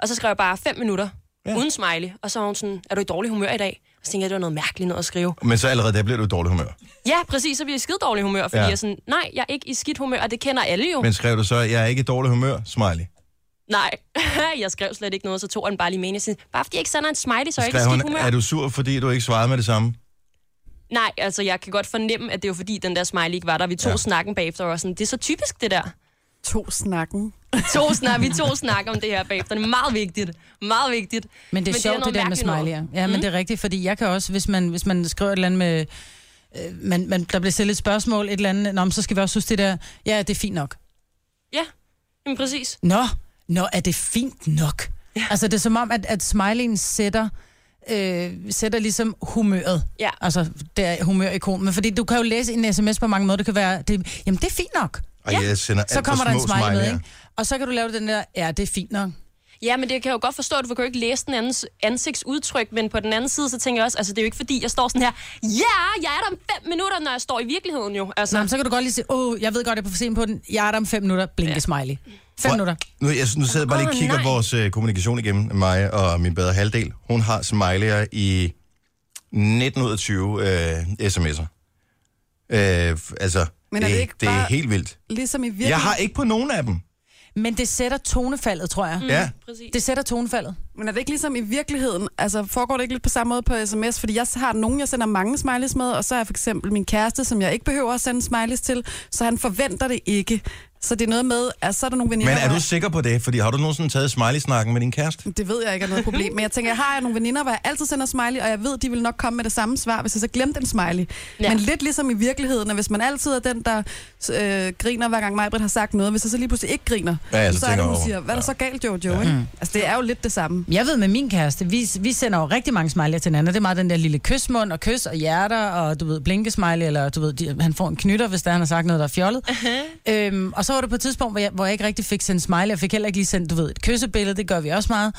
Speaker 8: og så skrev jeg bare fem minutter,
Speaker 1: Ja.
Speaker 8: ja. uden smiley. Og så var hun sådan, er du i dårlig humør i dag? Og så tænkte jeg, det var noget mærkeligt noget at skrive.
Speaker 1: Men så allerede der bliver du i dårlig humør.
Speaker 8: Ja, præcis, så bliver jeg i skide dårlig humør, fordi
Speaker 1: Ja.
Speaker 8: ja. jeg er sådan, nej, jeg er ikke i skidt humør, og det kender alle jo. Men...
Speaker 1: Men skrev du så, jeg er ikke i dårlig humør, smiley.
Speaker 8: Nej, jeg skrev slet ikke noget, så tog han bare lige meningen. Jeg Sådan, bare fordi jeg ikke sender en smiley, så er jeg ikke i
Speaker 1: Skrev
Speaker 8: skidt
Speaker 1: hun,
Speaker 8: humør.
Speaker 1: er du sur, fordi du ikke svarede med det samme?
Speaker 8: Nej, altså jeg kan godt fornemme, at det var fordi, den der smiley ikke var der. Vi tog
Speaker 1: Ja.
Speaker 8: ja. snakken bagefter, og var sådan, det er så typisk det der.
Speaker 7: To snakken.
Speaker 8: to snak, vi to snakker om det her bagefter. Det er meget vigtigt. Meget vigtigt.
Speaker 3: Men det er sjovt, det,
Speaker 8: noget
Speaker 3: der med
Speaker 8: mærkeligt noget.
Speaker 3: smiley'er. Ja, men det er rigtigt, fordi jeg kan også, hvis man, hvis man skriver et eller andet med... Øh, man, man, der bliver stillet et spørgsmål, et eller andet, Nå, men så skal vi også huske det der, ja, det er fint nok.
Speaker 8: Ja, men præcis.
Speaker 3: Nå, nå, er det fint nok? Ja. Altså, det er som om, at, at smileyen sætter, øh, sætter ligesom humøret.
Speaker 8: Ja.
Speaker 3: Altså, det er humørikon. Men fordi du kan jo læse en sms på mange måder. Det kan være, det, jamen, det er fint nok.
Speaker 1: Ej,
Speaker 8: Ja.
Speaker 1: jeg sender alt
Speaker 3: Så kommer
Speaker 1: for
Speaker 3: der en
Speaker 1: små
Speaker 3: smiley med,
Speaker 1: smiley'er.
Speaker 3: ikke? Og så kan du lave den der, ja, det er fint nok.
Speaker 8: Ja, men det kan jeg jo godt forstå, at du kan jo ikke læse den andens ansigtsudtryk, men på den anden side, så tænker jeg også, altså det er jo ikke fordi, jeg står sådan her, ja, yeah, jeg er der om fem minutter, når jeg står i virkeligheden jo. Altså,
Speaker 3: Nå, men så kan du godt lige sige, åh, jeg ved godt, jeg er på for sent på den. Jeg er der om fem minutter. Blinke ja. smiley. Fem
Speaker 1: Prøv-
Speaker 3: minutter.
Speaker 1: Nu, jeg, nu sidder jeg bare lige og
Speaker 8: Åh,
Speaker 1: kigger
Speaker 8: nej.
Speaker 1: vores øh, kommunikation igennem, mig og min bedre halvdel. Hun har smiley'er i 19 ud af 20 øh, sms'er. Øh, f- altså,
Speaker 7: Men er
Speaker 1: det,
Speaker 7: det
Speaker 1: det,
Speaker 7: ikke
Speaker 1: det er
Speaker 7: bare
Speaker 1: helt vildt.
Speaker 7: Ligesom i virkeligheden.
Speaker 1: Jeg har ikke på nogen af dem. Mm.
Speaker 3: Men det sætter tonefaldet, tror jeg. Mm.
Speaker 1: Ja.
Speaker 8: præcis.
Speaker 3: Det sætter tonefaldet.
Speaker 7: Men er det ikke ligesom i virkeligheden? Altså foregår det ikke lidt på samme måde på sms? Fordi jeg har nogen, jeg sender mange smileys med, og så er for eksempel min kæreste, som jeg ikke behøver at sende smileys til, så han forventer det ikke. Så det er noget med, at så er der nogle veninder...
Speaker 1: Men er
Speaker 7: hvor
Speaker 1: du sikker på det? Fordi har du nogensinde taget smiley-snakken med din kæreste?
Speaker 7: jeg- Det ved jeg ikke er noget problem. Men jeg tænker, jeg har nogle veninder, hvor jeg altid sender smiley, og jeg ved, de vil nok komme med det samme svar, hvis jeg så glemte en smiley. Ja.
Speaker 8: Ja.
Speaker 7: Men lidt ligesom i virkeligheden, at hvis man altid er den, der øh, griner, hver gang Majbrit har sagt noget, hvis jeg så lige pludselig ikke griner,
Speaker 1: Ja, ja, så
Speaker 7: så, er det,
Speaker 1: tænker
Speaker 7: hun
Speaker 1: jeg,
Speaker 7: siger, hvad er der
Speaker 1: ja.
Speaker 7: så galt, Jojo? Ja. Ikke? Altså, det er jo lidt det samme.
Speaker 3: Øhm, Jeg ved med min kæreste, vi, vi sender jo rigtig mange smiley'er til hinanden. og Det er meget den der lille kysmund og kys og hjerter og du ved, blinkesmiley, eller du ved, de, han får en knytter, hvis der han har sagt noget, der er fjollet. Uh-huh. Øhm, og så var det på et tidspunkt, hvor jeg, hvor jeg ikke rigtig fik sendt smiley. Jeg fik heller ikke lige sendt, du ved, et kyssebillede, det gør vi også meget.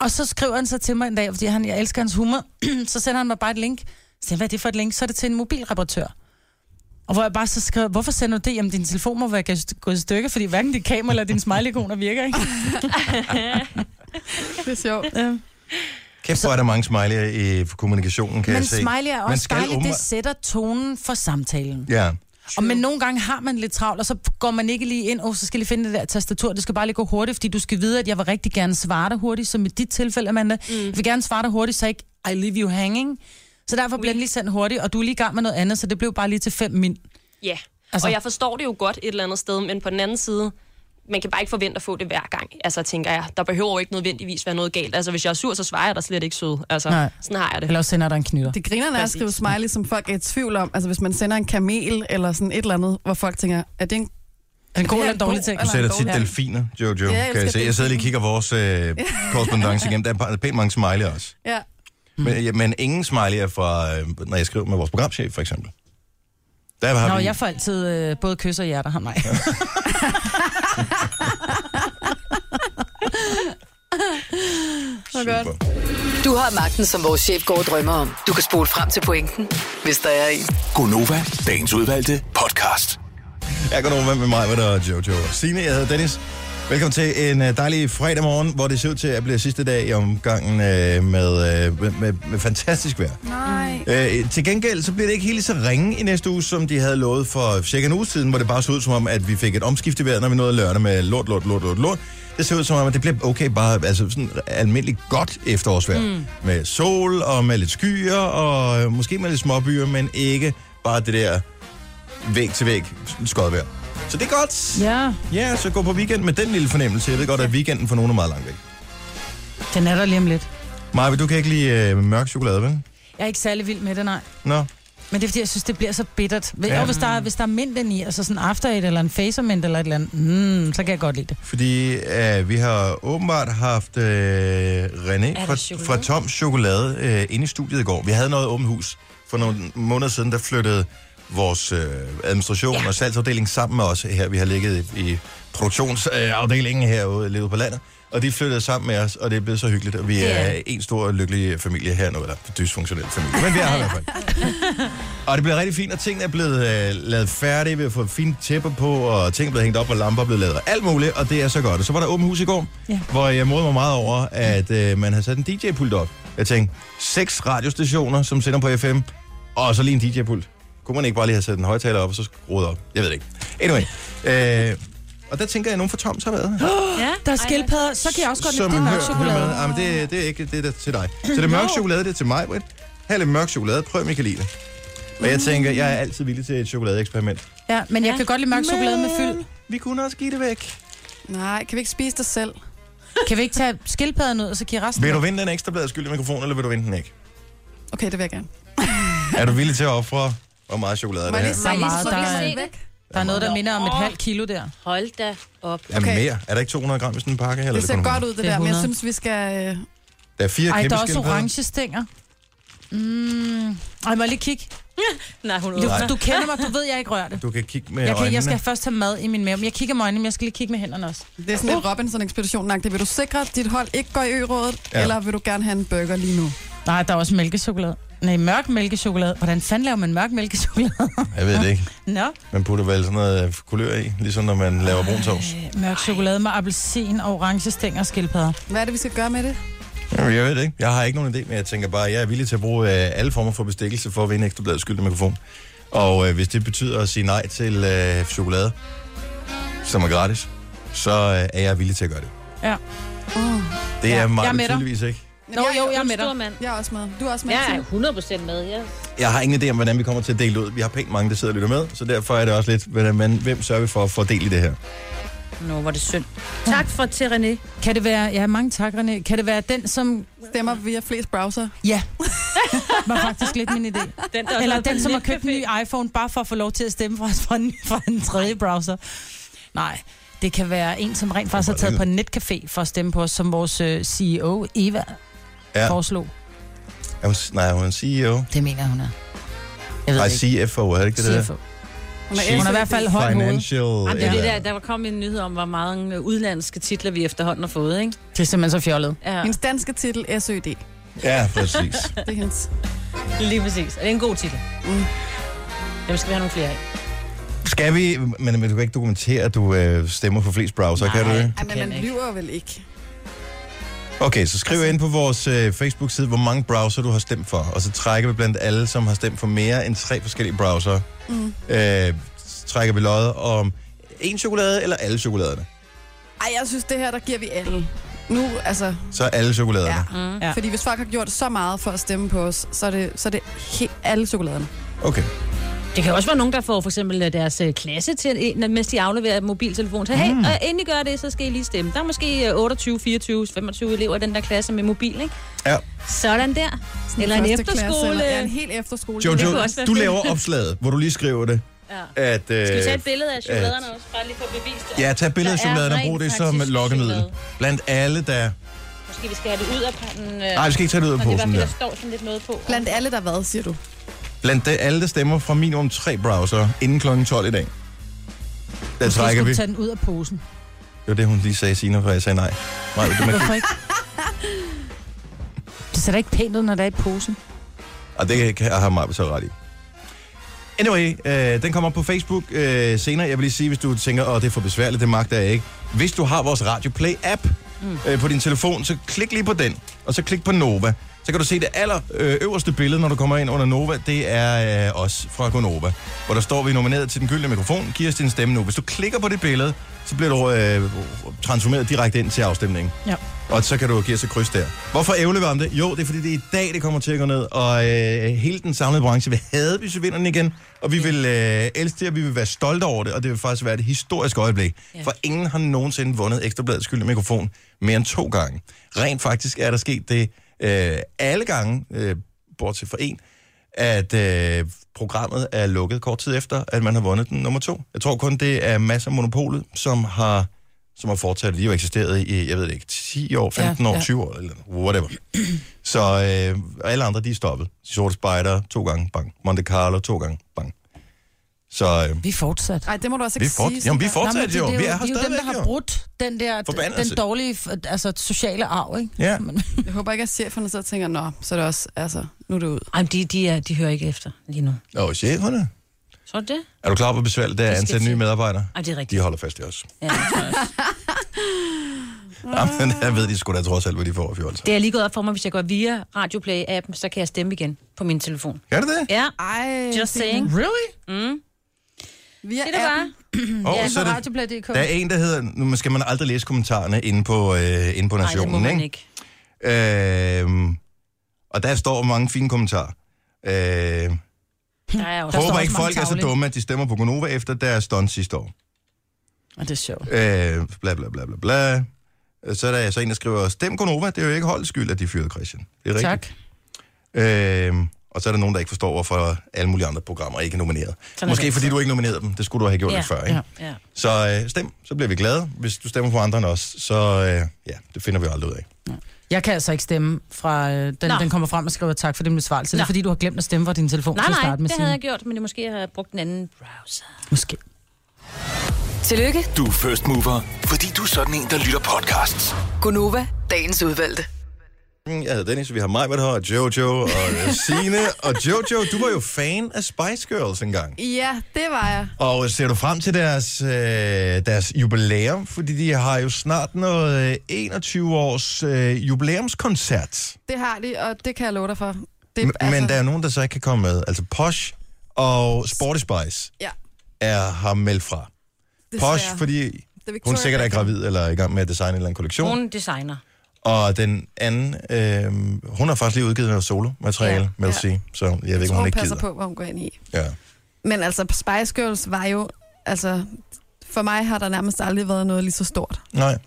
Speaker 3: Og så skriver han så til mig en dag, fordi han, jeg elsker hans humor, så sender han mig bare et link. Så siger, jeg, hvad er det for et link? Så er det til en mobilreparatør. Og hvor jeg bare så skrev, hvorfor sender du det? Jamen, din telefon må være gået- gået i stykker, fordi hverken dit kamera eller dine smiley-ikoner virker, ikke?
Speaker 7: Det er sjovt.
Speaker 3: Ja.
Speaker 1: Kæft, hvor er der mange smiley'er i kommunikationen, kan
Speaker 3: Men
Speaker 1: jeg se.
Speaker 3: smiley er
Speaker 1: Man
Speaker 3: også
Speaker 1: skal
Speaker 3: dejligt, det
Speaker 1: åbenbart-
Speaker 3: sætter tonen for samtalen.
Speaker 1: Ja.
Speaker 3: Og men nogle gange har man lidt travlt, og så går man ikke lige ind, og oh, så skal jeg lige finde det der tastatur, det skal bare lige gå hurtigt, fordi du skal vide, at jeg vil rigtig gerne svare dig hurtigt, som i dit tilfælde, Amanda. Mm. Jeg vil gerne svare dig hurtigt, så ikke I leave you hanging. Så derfor bliver den lige sendt hurtigt, og du er lige i gang med noget andet, så det blev bare lige til fem min.
Speaker 8: Ja,
Speaker 3: Altså-
Speaker 8: altså... og jeg forstår det jo godt et eller andet sted, men på den anden side, man kan bare ikke forvente at få det hver gang, altså tænker jeg. Der behøver jo ikke nødvendigvis være noget galt. Altså hvis jeg er sur, så svarer jeg dig slet ikke sød. Altså,
Speaker 3: Nej.
Speaker 8: sådan har jeg det.
Speaker 3: Eller også sender der en knytter.
Speaker 7: Det griner er at
Speaker 8: Præcis.
Speaker 7: skrive smiley, som folk er i tvivl om. Altså hvis man sender en kamel eller sådan et eller andet, hvor folk tænker, er det en...
Speaker 3: Er det en god
Speaker 7: det
Speaker 3: eller
Speaker 7: er
Speaker 3: en
Speaker 7: en
Speaker 3: dårlig
Speaker 7: god
Speaker 3: ting?
Speaker 1: Du
Speaker 7: eller-
Speaker 1: sætter
Speaker 7: en
Speaker 1: tit
Speaker 7: dårlig-
Speaker 1: delfiner, Jojo.
Speaker 7: jeg
Speaker 1: Ja, kan jeg,
Speaker 7: elsker
Speaker 1: se. jeg sidder lige og
Speaker 7: delfiner.
Speaker 1: kigger vores øh, korrespondence igennem. Der er bare pænt mange smiley også.
Speaker 7: Ja.
Speaker 1: Men, ja, men ingen smiley er fra, øh, når jeg skriver med vores programchef, for eksempel. Der har
Speaker 3: Nå,
Speaker 1: vi...
Speaker 3: jeg får altid øh, både kysser og hjerter, ham mig.
Speaker 1: Super.
Speaker 5: Du har magten, som vores chef går og drømmer om. Du kan spole frem til pointen, hvis der er en.
Speaker 6: Gonova, dagens udvalgte podcast.
Speaker 1: Jeg går over med mig, hvad der er Jojo. Signe, jeg hedder Dennis. Velkommen til en øh, dejlig fredag morgen, hvor det ser ud til at blive sidste dag i omgangen øh, med, øh, med, med, med fantastisk vejr.
Speaker 7: Nej.
Speaker 1: Øh, til gengæld, så bliver det ikke helt lige så ringe i næste uge, som de havde lovet for cirka en uge siden, hvor det bare så ud som om, at vi fik et omskift i vejret, når vi nåede lørdag med lort, lort, lort, lort, lort. Det ser ud som om, at det bliver okay bare, altså sådan almindeligt godt efterårsvejr. Mm. Med sol og med lidt skyer og øh, måske med lidt småbyer, men ikke bare det der væg til væg skodvejr. Så det er godt.
Speaker 3: ja,
Speaker 1: Ja, så gå på weekend med den lille fornemmelse. Jeg ved godt, at weekenden for nogen er meget langt væk.
Speaker 3: den er der lige om lidt.
Speaker 1: Maja, du kan ikke lide øh, mørk chokolade, vel?
Speaker 3: Jeg er ikke særlig vild med det, nej.
Speaker 1: Nå.
Speaker 3: Men det er fordi, jeg synes, det bliver så bittert. Hvis,
Speaker 1: Ja.
Speaker 3: ja. hvis, der, er- hvis der er mint ind i, altså sådan en after eight eller en facer mint eller et eller andet, mm, så kan jeg godt lide det.
Speaker 1: Fordi øh, vi har åbenbart haft øh, René
Speaker 2: der
Speaker 1: fra,
Speaker 2: chokolade?
Speaker 1: fra Tom Chokolade øh, inde i studiet i går. Vi havde noget åbent hus for nogle måneder siden, der flyttede vores øh, administration ja. og salgsafdeling sammen med os her. Vi har ligget i produktionsafdelingen herude lidt ude på landet. Og de flyttede sammen med os, og det er blevet så hyggeligt. Og vi
Speaker 2: Ja.
Speaker 1: er en stor lykkelig familie her nu, eller dysfunktionel familie. Men vi er her i hvert fald. Og det bliver rigtig fint, og tingene er blevet øh, lavet færdige, vi har fået fine tæpper på, og ting er blevet hængt op, og lamper er blevet lavet, og alt muligt, og det er så godt. Og så var der åben hus i går, ja.
Speaker 3: Ja.
Speaker 1: hvor jeg modede mig meget over, at øh, man har sat en DJ-pult op. Jeg tænkte, seks radiostationer, som sender på FM, og så lige en DJ-pult. Kunne man ikke bare lige have sat en højtaler op, og så skruet op? Jeg ved det ikke. Anyway, øh, og der tænker jeg, at nogen for Toms har været her
Speaker 2: Ja,
Speaker 3: Der er skildpadder, så kan jeg også godt lide
Speaker 1: som
Speaker 3: det er mørk
Speaker 1: hører- hører
Speaker 3: chokolade.
Speaker 1: med. Jamen, det, det er ikke det er til dig. Så det er mørk chokolade, det er til mig, Britt. Her er lidt mørk chokolade. Prøv, om I kan lide det. Og jeg tænker, jeg er altid villig til et chokoladeeksperiment.
Speaker 3: Ja, men jeg kan godt lide mørk chokolade med fyld.
Speaker 1: Vi kunne også give det væk.
Speaker 7: Nej, kan vi ikke spise det selv?
Speaker 3: Kan vi ikke tage skildpadden ud, og så give resten?
Speaker 1: Vil du
Speaker 3: væk?
Speaker 1: vinde den ekstra blad skyld i mikrofonen, eller vil du vinde den ikke?
Speaker 7: Okay, det vil jeg gerne.
Speaker 1: Er du villig til at ofre, hvor meget chokolade er
Speaker 7: Må
Speaker 1: det
Speaker 7: jeg
Speaker 1: her?
Speaker 7: lige
Speaker 3: Der er meget,
Speaker 7: så
Speaker 3: der
Speaker 7: vi kan
Speaker 3: er-
Speaker 7: se det?
Speaker 3: Der er noget, der minder om et halvt kilo der.
Speaker 2: Hold da op.
Speaker 1: Er
Speaker 7: Okay.
Speaker 1: mere? Er der ikke 200 gram i sådan en pakke? Eller
Speaker 7: Det
Speaker 1: er
Speaker 7: ser
Speaker 1: kun
Speaker 7: godt ud, det
Speaker 3: Det er
Speaker 7: der, men jeg
Speaker 3: 100.
Speaker 7: synes, vi skal... øh,
Speaker 1: Der er fire
Speaker 3: Ej,
Speaker 1: kæmpe
Speaker 3: der er også
Speaker 1: skildpadder.
Speaker 3: orange stænger. Mm. Ej, må jeg lige kigge?
Speaker 2: Nej, hun
Speaker 3: Du,
Speaker 2: åbner.
Speaker 3: du kender mig, du ved, jeg ikke rører det.
Speaker 1: Du kan kigge med
Speaker 3: Jeg, kan,
Speaker 1: øjnene.
Speaker 3: jeg skal først have mad i min mave. Jeg kigger med øjnene, men jeg skal lige kigge med hænderne også.
Speaker 7: Det er sådan lidt Robinson-ekspedition det Vil du sikre, at dit hold ikke går i ø-rådet,
Speaker 1: Ja.
Speaker 7: ja. eller vil du gerne have en burger lige nu?
Speaker 3: Nej, der er også mælkechokolade. Nej, mørk mælkechokolade. Hvordan fanden laver man mørk mælkechokolade?
Speaker 1: Jeg ved det ikke.
Speaker 3: Nå,
Speaker 1: Man putter vel sådan noget øh, kulør i, ligesom når man laver brun sovs.
Speaker 3: øh, mørk chokolade med appelsin og orange stænger og skildpadder.
Speaker 7: Hvad er det, vi skal gøre med det?
Speaker 1: Jamen, Jeg ved det ikke. Jeg har ikke nogen idé, men jeg tænker bare, at jeg er villig til at bruge øh, alle former for bestikkelse for at vinde ekstra bladet skyld i mikrofon. Og øh, hvis det betyder at sige nej til øh, chokolade, som er gratis, så øh, er jeg villig til at gøre det.
Speaker 3: Ja.
Speaker 1: Det er
Speaker 3: Ja, jeg
Speaker 1: mig
Speaker 3: er med dig.
Speaker 1: tydeligvis ikke.
Speaker 3: Nå, jo, jeg er med dig.
Speaker 2: Stor mand.
Speaker 7: Jeg er også med. Du er også med.
Speaker 2: Jeg
Speaker 7: Signe.
Speaker 2: er 100% med, ja.
Speaker 1: Jeg har ingen idé om, hvordan vi kommer til at dele det ud. Vi har pænt mange, der sidder og lytter med, så derfor er det også lidt, hvordan man, hvem sørger vi for at få del i det her?
Speaker 2: Nå, var det synd. Tak for til René.
Speaker 3: Kan det være... Ja, mange tak, René. Kan det være den, som...
Speaker 7: Stemmer via flest browser.
Speaker 3: Ja, var faktisk lidt min idé.
Speaker 2: Den, der
Speaker 3: Eller den, som har købt en ny iPhone, bare for at få lov til at stemme fra, fra, en, fra en tredje browser. Nej, det kan være en, som rent faktisk har taget på en netcafé for at stemme på os, som vores øh, CEO, Eva,
Speaker 1: Ja.
Speaker 3: ja. foreslog.
Speaker 1: Er hun, nej, er hun en CEO?
Speaker 3: Det mener jeg, hun er. Jeg ved
Speaker 1: Nej,
Speaker 3: det ikke. E
Speaker 1: CFO, er det ikke det der?
Speaker 3: CFO.
Speaker 7: Hun er E
Speaker 1: Shit.
Speaker 3: Hun
Speaker 7: ældre.
Speaker 3: er i hvert fald højt hoved.
Speaker 1: Financial...
Speaker 2: Jamen, det er det
Speaker 1: eller-
Speaker 2: der, der kom en nyhed om, hvor mange øh, udenlandske titler vi efterhånden har fået, ikke?
Speaker 3: Det er simpelthen så fjollet.
Speaker 2: Ja,
Speaker 7: Hendes danske titel, E SØD.
Speaker 1: Ja, præcis.
Speaker 7: Det er hendes.
Speaker 2: lige præcis. Og det er en god titel.
Speaker 7: Mm.
Speaker 2: Dem skal vi have nogle flere af.
Speaker 1: Skal vi... Men, men du kan ikke dokumentere, at du øh, stemmer på flest browser, kan du det?
Speaker 7: Ej, men
Speaker 2: kan
Speaker 7: man
Speaker 2: ikke.
Speaker 7: lyver vel ikke.
Speaker 1: Okay, så skriv ind på vores øh, Facebook-side, hvor mange browser du har stemt for, og så trækker vi blandt alle, som har stemt for mere end tre forskellige browser. Mm. Øh, så trækker vi lod om en chokolade eller alle chokoladerne.
Speaker 7: Ej, jeg synes, det her, der giver vi alle. Nu, altså,
Speaker 1: Så alle chokoladerne.
Speaker 7: ja.
Speaker 1: Ja.
Speaker 3: Ja.
Speaker 7: ja. Fordi hvis folk har gjort så meget for at stemme på os, så er det, så er det he- alle chokoladerne.
Speaker 1: Okay.
Speaker 2: Det kan også være nogen, der får for eksempel øh, deres øh, klasse til, øh, mens de afleverer mobiltelefon. Så hey, mm. og endelig gør det, så skal I lige stemme. Der er måske øh, 28, 24, 25 elever i den der klasse med mobil, ikke?
Speaker 1: Ja.
Speaker 2: Sådan der. Sådan eller en
Speaker 7: Første klasse,
Speaker 2: efterskole.
Speaker 7: Eller, ja, en
Speaker 2: Klasse,
Speaker 7: hel efterskole.
Speaker 2: det
Speaker 1: Jojo,
Speaker 2: kunne også være
Speaker 1: du
Speaker 2: fedt.
Speaker 1: laver opslaget, hvor du lige skriver det.
Speaker 2: ja.
Speaker 1: At, øh,
Speaker 2: Skal vi tage et billede af chokoladerne også, bare lige for at bevise det?
Speaker 1: Ja, tag billeder af
Speaker 2: Der er
Speaker 1: chokoladen og
Speaker 2: rent
Speaker 1: brug det
Speaker 2: faktisk
Speaker 1: som lokkemiddel.
Speaker 2: chokolade.
Speaker 1: Blandt alle, der...
Speaker 2: Måske vi skal have det ud af panden. Øh,
Speaker 1: Nej, vi skal ikke tage det ud af
Speaker 2: og det er i hvert
Speaker 1: posen
Speaker 2: fald,
Speaker 1: der.
Speaker 2: der står sådan lidt noget på.
Speaker 7: Blandt alle, der hvad, siger du?
Speaker 1: Blandt de, alle, der stemmer fra minimum tre browser inden kl. 12 i dag. Der
Speaker 3: Så
Speaker 1: trækker
Speaker 3: skulle
Speaker 1: vi.
Speaker 3: vi tage den ud af posen.
Speaker 1: Det var det, hun lige sagde, Signe, for jeg sagde nej. nej det, man,
Speaker 3: Hvorfor ikke? Det ser da ikke pænt ud, når det er i posen.
Speaker 1: og det kan jeg have mig så ret i. Anyway, øh, den kommer op på Facebook øh, senere. Jeg vil lige sige, hvis du tænker, åh, det er for besværligt, det magter jeg ikke. Hvis du har vores Radio Play-app mm. øh, på din telefon, så klik lige på den, og så klik på Nova. Så kan du se det aller øh, øverste billede, når du kommer ind under Nova, det er øh, os fra Gonova, hvor der står, vi er nomineret til den gyldne mikrofon. Giv os din stemme nu. Hvis du klikker på det billede, så bliver du øh, transformeret direkte ind til afstemningen.
Speaker 3: Ja.
Speaker 1: Og så kan du give os et kryds der. Hvorfor ævler vi om det? Jo, det er fordi, det er i dag, det kommer til at gå ned, og øh, hele den samlede branche vil have, hvis vi vinder den igen, og vi vil øh, elske det, og vi vil være stolte over det, og det vil faktisk være et historisk øjeblik. Ja. For ingen har nogensinde vundet Ekstrabladets skyld mikrofon mere end to gange. Rent faktisk er der sket det øh, alle gange, øh, bortset fra en, at øh, programmet er lukket kort tid efter, at man har vundet den nummer to. Jeg tror kun, det er masser af monopolet, som har som har fortsat. De har jo eksisteret i, jeg ved det ikke, 10 år, 15 ja, år,
Speaker 3: ja.
Speaker 1: 20 år, eller whatever. Så øh, og alle andre, de er stoppet. De sorte spejder to gange, bang. Monte Carlo to gange, bang. Så øh,
Speaker 3: Vi fortsat.
Speaker 7: Nej, det må du også
Speaker 1: vi,
Speaker 7: ikke
Speaker 1: fort,
Speaker 7: sige.
Speaker 1: jamen, vi
Speaker 7: Sina.
Speaker 3: men
Speaker 1: fortsætter
Speaker 3: det,
Speaker 1: jo.
Speaker 3: det
Speaker 1: Vi er her
Speaker 3: det er jo dem,
Speaker 1: stadigvæk
Speaker 3: der har
Speaker 1: jo.
Speaker 3: brudt den der
Speaker 1: Forbandelse.
Speaker 3: den dårlige f- altså, sociale arv, ikke?
Speaker 1: Ja.
Speaker 3: Men,
Speaker 7: Jeg håber ikke, at cheferne sidder og tænker, nå, så er det også, altså, nu er det ud.
Speaker 2: Ej, men de, de, er, de hører ikke efter lige nu.
Speaker 1: Åh, oh, cheferne.
Speaker 2: Tror du det?
Speaker 1: Er du klar over, hvor besværligt det er at
Speaker 2: skal
Speaker 1: ansætte nye
Speaker 2: til.
Speaker 1: medarbejdere?
Speaker 2: Ej, det er rigtigt.
Speaker 1: De holder fast i os.
Speaker 2: Ja, det tror jeg også.
Speaker 1: Jamen, jeg ved de sgu da trods alt, hvad de får af fjolser.
Speaker 2: det er lige gået op for mig, hvis jeg går via Radioplay-appen, så kan jeg stemme igen på min telefon.
Speaker 1: Gør det det?
Speaker 2: Ja,
Speaker 7: Ej,
Speaker 2: just saying.
Speaker 3: really?
Speaker 7: vi er
Speaker 2: Det er det bare.
Speaker 1: Og
Speaker 2: Ja,
Speaker 1: så er det,
Speaker 3: Radioplay.dk.
Speaker 1: der er en, der hedder, nu skal man aldrig læse kommentarerne inde på, øh, inde på
Speaker 2: Nej, det må
Speaker 1: nationen,
Speaker 2: man
Speaker 1: ikke?
Speaker 2: ikke.
Speaker 1: Øhm, og der står mange fine kommentarer. Øh,
Speaker 2: Der er
Speaker 1: håber
Speaker 2: også.
Speaker 3: også
Speaker 1: ikke,
Speaker 3: mange
Speaker 1: folk er så
Speaker 3: tarvelige.
Speaker 1: dumme, at de stemmer på Gonova efter deres stunt sidste år.
Speaker 3: Og det er sjovt.
Speaker 1: Øh, bla, bla, bla, bla, bla. Så er der så en, der skriver, stem Gonova, det er jo ikke holdets skyld, at de fyrede Christian. Det er rigtigt.
Speaker 3: Tak.
Speaker 1: Øhm, og så er der nogen, der ikke forstår, hvorfor alle mulige andre programmer ikke er nomineret.
Speaker 2: Sådan er
Speaker 1: Måske
Speaker 2: det.
Speaker 1: fordi du ikke nominerede dem. Det skulle du have gjort
Speaker 2: Ja,
Speaker 1: lidt før, ikke?
Speaker 3: ja.
Speaker 2: Ja.
Speaker 1: Så øh, stem, så bliver vi glade. Hvis du stemmer på andre end os, så øh, ja, det finder vi jo aldrig ud af.
Speaker 3: Jeg kan altså ikke stemme fra... øh, Den,
Speaker 2: Nå.
Speaker 3: den kommer frem og skriver tak for din besvarelse. Det er
Speaker 2: Nå.
Speaker 3: fordi, du har glemt at stemme fra din telefon
Speaker 2: Nej,
Speaker 3: til at
Speaker 2: nej,
Speaker 3: starte med
Speaker 2: det havde jeg
Speaker 3: sin.
Speaker 2: gjort, men det måske har jeg brugt den anden browser.
Speaker 3: Måske.
Speaker 5: Tillykke,
Speaker 6: Du er first mover, fordi du er sådan en, der lytter podcasts.
Speaker 5: Gunova, dagens udvalgte.
Speaker 1: Jeg hedder Dennis, vi har mig med her, og Jojo, og øh, Signe. og Jojo, du var jo fan af Spice Girls engang.
Speaker 7: Ja, det var jeg.
Speaker 1: Og ser du frem til deres, øh, deres jubilæum? Fordi de har jo snart noget øh, 21-års øh, jubilæumskoncert.
Speaker 7: Det har de, og det kan jeg love dig for. Det,
Speaker 1: Men, altså... men der er nogen, der så ikke kan komme med. Altså Posh og Sporty Spice
Speaker 7: Ja,
Speaker 1: er, har meldt fra.
Speaker 7: desværre.
Speaker 1: Posh, fordi
Speaker 7: Det er Victoria
Speaker 1: hun sikkert er gravid eller er i gang med at designe en eller anden kollektion.
Speaker 2: Hun designer.
Speaker 1: Og den anden, øh, hun har faktisk lige udgivet noget solo-materiale,
Speaker 7: Ja,
Speaker 1: ja, ja.
Speaker 7: ja.
Speaker 1: så jeg ved
Speaker 7: Jeg
Speaker 1: ikke,
Speaker 7: tror,
Speaker 1: om hun
Speaker 7: hun
Speaker 1: ikke
Speaker 7: passer
Speaker 1: gider.
Speaker 7: på, hvad hun går ind i.
Speaker 1: Ja.
Speaker 7: Men altså, Spice Girls var jo... Altså, for mig har der nærmest aldrig været noget lige så stort.
Speaker 1: Nej.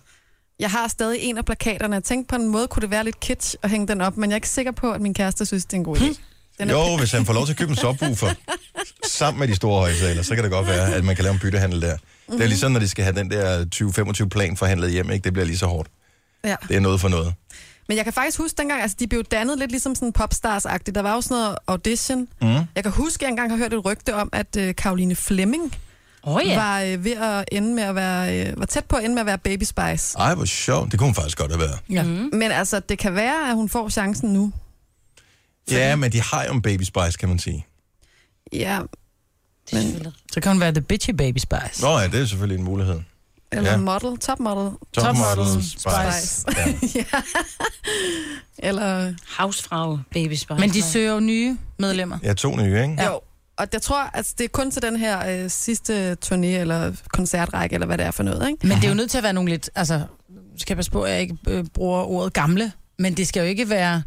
Speaker 7: Jeg har stadig en af plakaterne. Jeg tænkte på en måde, kunne det være lidt kitsch at hænge den op, men jeg er ikke sikker på, at min kæreste synes, det er en
Speaker 1: Hm.
Speaker 7: god idé. Den er
Speaker 1: Jo, hvis han får lov til at købe en subwoofer sammen med de store højtaler, så kan det godt være, at man kan lave en byttehandel der.
Speaker 7: Mhm.
Speaker 1: Det er ligesom, når de skal have den der 20-25 plan forhandlet hjem, ikke? Det bliver lige så hårdt.
Speaker 7: Ja.
Speaker 1: Det er noget for noget.
Speaker 7: Men jeg kan faktisk huske dengang, altså de blev dannet lidt ligesom sådan popstars-agtigt. Der var jo sådan noget audition. Mm.
Speaker 1: Mhm.
Speaker 7: Jeg kan huske, at jeg engang har hørt et rygte om, at øh, Karoline Fleming
Speaker 2: Åh oh, ja.
Speaker 7: yeah. var øh, ved at ende med at være, øh, var tæt på at ende med at være Baby Spice.
Speaker 1: Ej, hvor sjovt. Det kunne hun faktisk godt have været.
Speaker 3: Ja.
Speaker 2: Mhm.
Speaker 3: Mm.
Speaker 7: Mm. Men altså, det kan være, at hun får chancen nu.
Speaker 1: Ja, men de har jo en baby spice, kan man sige.
Speaker 7: Ja,
Speaker 2: Det er selvfølgelig.
Speaker 3: Så kan hun være The Bitchy Baby Spice.
Speaker 1: Nå ja, det er selvfølgelig en mulighed. Ja.
Speaker 7: eller ja. model, topmodel,
Speaker 1: Top model
Speaker 3: model
Speaker 1: spice.
Speaker 7: Spice.
Speaker 1: Ja.
Speaker 7: eller...
Speaker 2: Housefrau, baby spice.
Speaker 3: Men de søger jo nye medlemmer.
Speaker 1: ja, to nye, ikke?
Speaker 7: Ja. Jo. Og jeg tror, at altså, det er kun til den her øh, sidste turné, eller koncertrække, eller hvad det er for noget, ikke?
Speaker 3: Men det er jo nødt til at være nogle lidt... Altså, skal jeg passe på, at jeg ikke øh, bruger ordet gamle. Men det skal jo ikke være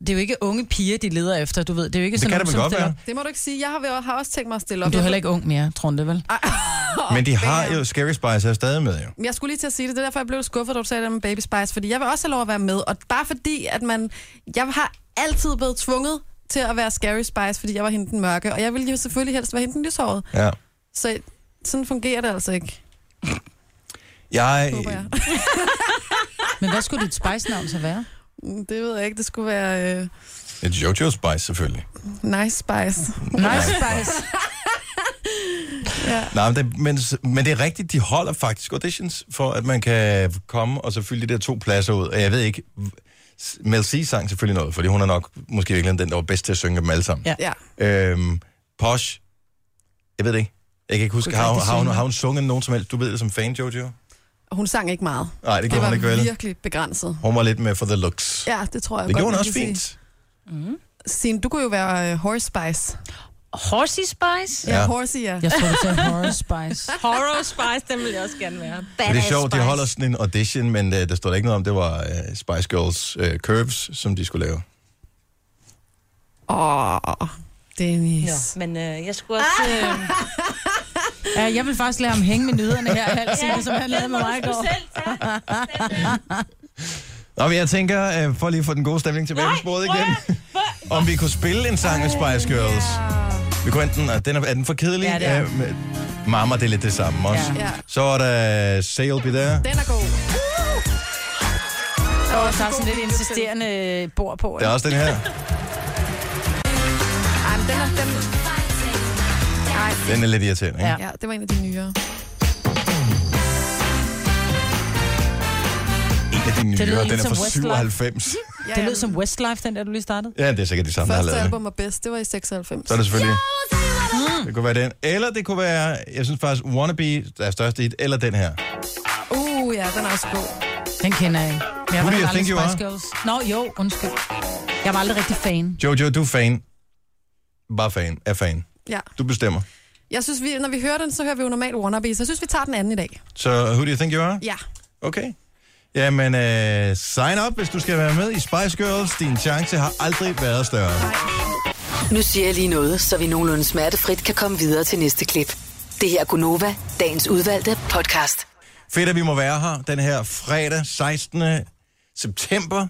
Speaker 3: det er jo ikke unge piger, de leder efter, du ved. Det er jo ikke
Speaker 1: Det kan
Speaker 3: sådan nogen,
Speaker 1: det vel
Speaker 3: som
Speaker 1: godt
Speaker 3: stiller
Speaker 1: være.
Speaker 4: Det må du ikke sige. Jeg har, vel- har også tænkt mig at stille
Speaker 3: op.
Speaker 4: op.
Speaker 3: Du er
Speaker 4: Jeg-
Speaker 3: heller ikke ung mere, Trunde, vel?
Speaker 1: Men de har jo, Scary Spice er stadig med jo.
Speaker 7: Men Jeg skulle lige til at sige det, det er derfor, jeg blev lidt skuffet, da du sagde det med Baby Spice, fordi jeg vil også have lov at være med, og bare fordi, at man, jeg har altid blevet tvunget til at være Scary Spice, fordi jeg var hende den mørke, og jeg ville jo selvfølgelig helst være hende den lyshårede.
Speaker 1: Ja.
Speaker 7: Så sådan fungerer det altså ikke,
Speaker 1: Jeg,
Speaker 7: håber jeg.
Speaker 3: Men hvad skulle dit spice-navn så være?
Speaker 7: Det ved jeg ikke, det skulle være øh,
Speaker 1: et Jojo Spice selvfølgelig.
Speaker 7: Nice Spice.
Speaker 3: Nice spice.
Speaker 1: Nej, men det, men, men det er rigtigt, de holder faktisk auditions for, at man kan komme og så fylde de der to pladser ud. Og jeg ved ikke, Mel C sang selvfølgelig noget, fordi hun er nok måske virkelig den, der var bedst til at synge dem alle sammen.
Speaker 3: Ja.
Speaker 7: Ja.
Speaker 1: Øhm, Posh, jeg ved det ikke. Jeg kan ikke huske,
Speaker 3: Kunne
Speaker 1: har,
Speaker 3: ikke
Speaker 1: hun-
Speaker 3: rigtig
Speaker 1: har, hun,
Speaker 3: synge.
Speaker 1: har hun sunget nogen som helst? Du ved det som fan, Jojo?
Speaker 7: Og hun sang ikke meget.
Speaker 1: Nej, det
Speaker 7: Det
Speaker 1: gjorde
Speaker 7: var
Speaker 1: hun ikke vel.
Speaker 7: virkelig begrænset.
Speaker 1: Hun var lidt med for the looks.
Speaker 7: Ja, det tror jeg
Speaker 1: det
Speaker 7: godt,
Speaker 1: gjorde hun
Speaker 7: man
Speaker 1: også
Speaker 7: kan
Speaker 1: fint.
Speaker 7: sige. Signe, du kunne jo være øh, Horse Spice.
Speaker 2: Horsey Spice?
Speaker 7: Ja,
Speaker 1: Ja.
Speaker 7: ja. Horsey, ja.
Speaker 3: Jeg tror, du sagde horror spice.
Speaker 2: Horror Spice, den vil jeg også gerne være.
Speaker 1: Men
Speaker 2: Badass
Speaker 1: det er sjovt, de
Speaker 2: Spice.
Speaker 1: holder sådan en audition, men uh, der står der ikke noget om, det var uh, Spice Girls uh, Curves, som de skulle lave.
Speaker 7: Åh, oh, Dennis.
Speaker 2: Nå, men øh, jeg skulle også... Øh,
Speaker 8: Ah!
Speaker 3: Ja, jeg vil faktisk lade ham hænge med nyderne her halv time, som han lavede med mig i går.
Speaker 2: selv tage.
Speaker 1: Nå, men jeg tænker, uh, for lige at få den gode stemning tilbage på sporet igen, om vi kunne spille en sang af Spice Girls. Vi kunne enten, uh, den er, er den for kedelig?
Speaker 3: Ja, det er
Speaker 1: Uh, Mama, det er lidt det samme også.
Speaker 3: Ja.
Speaker 1: Ja.
Speaker 7: Ja.
Speaker 1: Så er der Sail Be There.
Speaker 7: Den er god.
Speaker 3: Og så er sådan lidt insisterende øh, bord på.
Speaker 1: Der er
Speaker 3: ikke?
Speaker 1: også den her.
Speaker 7: Ej, men den er, den,
Speaker 1: Den er lidt irriterende, ikke?
Speaker 3: Ja.
Speaker 1: Ja.
Speaker 7: ja, det var en af de nyere.
Speaker 1: En af de nyere,
Speaker 3: lyder
Speaker 1: den
Speaker 3: lidt
Speaker 1: er
Speaker 3: som
Speaker 1: fra
Speaker 3: Westlife.
Speaker 1: 97.
Speaker 7: Ja,
Speaker 3: Det lød som Westlife, den der, du lige startede.
Speaker 1: ja, det er sikkert de samme, der har
Speaker 7: Første
Speaker 1: lavet det.
Speaker 7: album er bedst, det var i 96.
Speaker 1: Så er det selvfølgelig... Det kunne være den. Eller det kunne være, jeg synes faktisk, Wannabe, der er størst hit, eller den her.
Speaker 7: Uh, ja, den er også god.
Speaker 3: Den kender jeg ikke. Men Jeg
Speaker 1: Who do you
Speaker 3: heller aldrig
Speaker 1: think you are?
Speaker 3: Spice Girls. Nå, jo, undskyld. Jeg var aldrig rigtig fan.
Speaker 1: Jojo, du er fan. Bare fan. Er fan.
Speaker 7: Ja.
Speaker 1: Du bestemmer.
Speaker 7: Jeg synes, vi, når vi hører den, så hører vi jo normalt Wannabe, så jeg synes, vi tager den anden i dag.
Speaker 1: Så who do you think you are?
Speaker 7: Ja.
Speaker 1: Okay. Jamen, øh, sign up, hvis du skal være med i Spice Girls. Din chance har aldrig været større.
Speaker 5: Nu siger jeg lige noget, så vi nogenlunde smertefrit kan komme videre til næste klip. Det her er Gunova, dagens udvalgte podcast.
Speaker 1: Fedt, at vi må være her den her fredag 16. september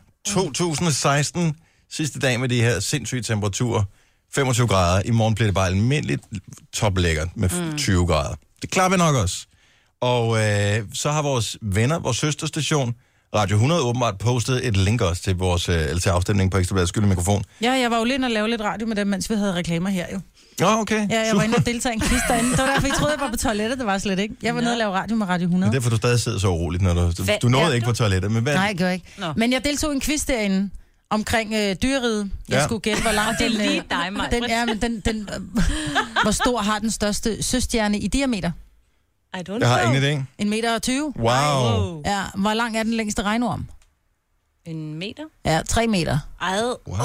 Speaker 1: 2016. Sidste dag med de her sindssyge temperaturer. 25 grader. I morgen bliver det bare almindeligt toplækkert med mm. 20 grader. Det klarer vi nok også. Og øh, så har vores venner, vores søsterstation, Radio 100 åbenbart postet et link også til, vores, øh, eller til afstemningen på Ekstrabladet Skyldig Mikrofon.
Speaker 3: Ja, jeg var jo lidt og lavede lidt radio med dem, mens vi havde reklamer her jo.
Speaker 1: Nå, okay.
Speaker 3: Ja, jeg var inde og deltage i en quiz derinde. Det var derfor, I troede, jeg var på toilettet. Det var jeg slet ikke. Jeg var nede og lave radio med Radio 100.
Speaker 1: Men derfor du stadig sidder så uroligt, når du,
Speaker 2: Hvad
Speaker 1: du
Speaker 2: er
Speaker 1: nåede ikke
Speaker 2: du?
Speaker 1: på toilettet. Men hvad,
Speaker 3: Nej, jeg gjorde ikke. Nå. Men jeg deltog i en quiz derinde omkring øh, dyreriget. Jeg
Speaker 1: Ja.
Speaker 3: skulle gætte, hvor lang
Speaker 2: Det er
Speaker 3: den, øh,
Speaker 2: lige dig, Maja.
Speaker 3: den er, men den, den, øh, hvor stor har den største søstjerne i diameter?
Speaker 2: I don't
Speaker 1: jeg har
Speaker 2: know.
Speaker 1: ingen idé.
Speaker 3: En meter og 20.
Speaker 1: Wow. wow.
Speaker 2: Wow.
Speaker 3: Ja, hvor lang er den længste regnorm?
Speaker 2: En meter?
Speaker 3: Ja, 3 meter.
Speaker 2: Ejet.
Speaker 1: wow.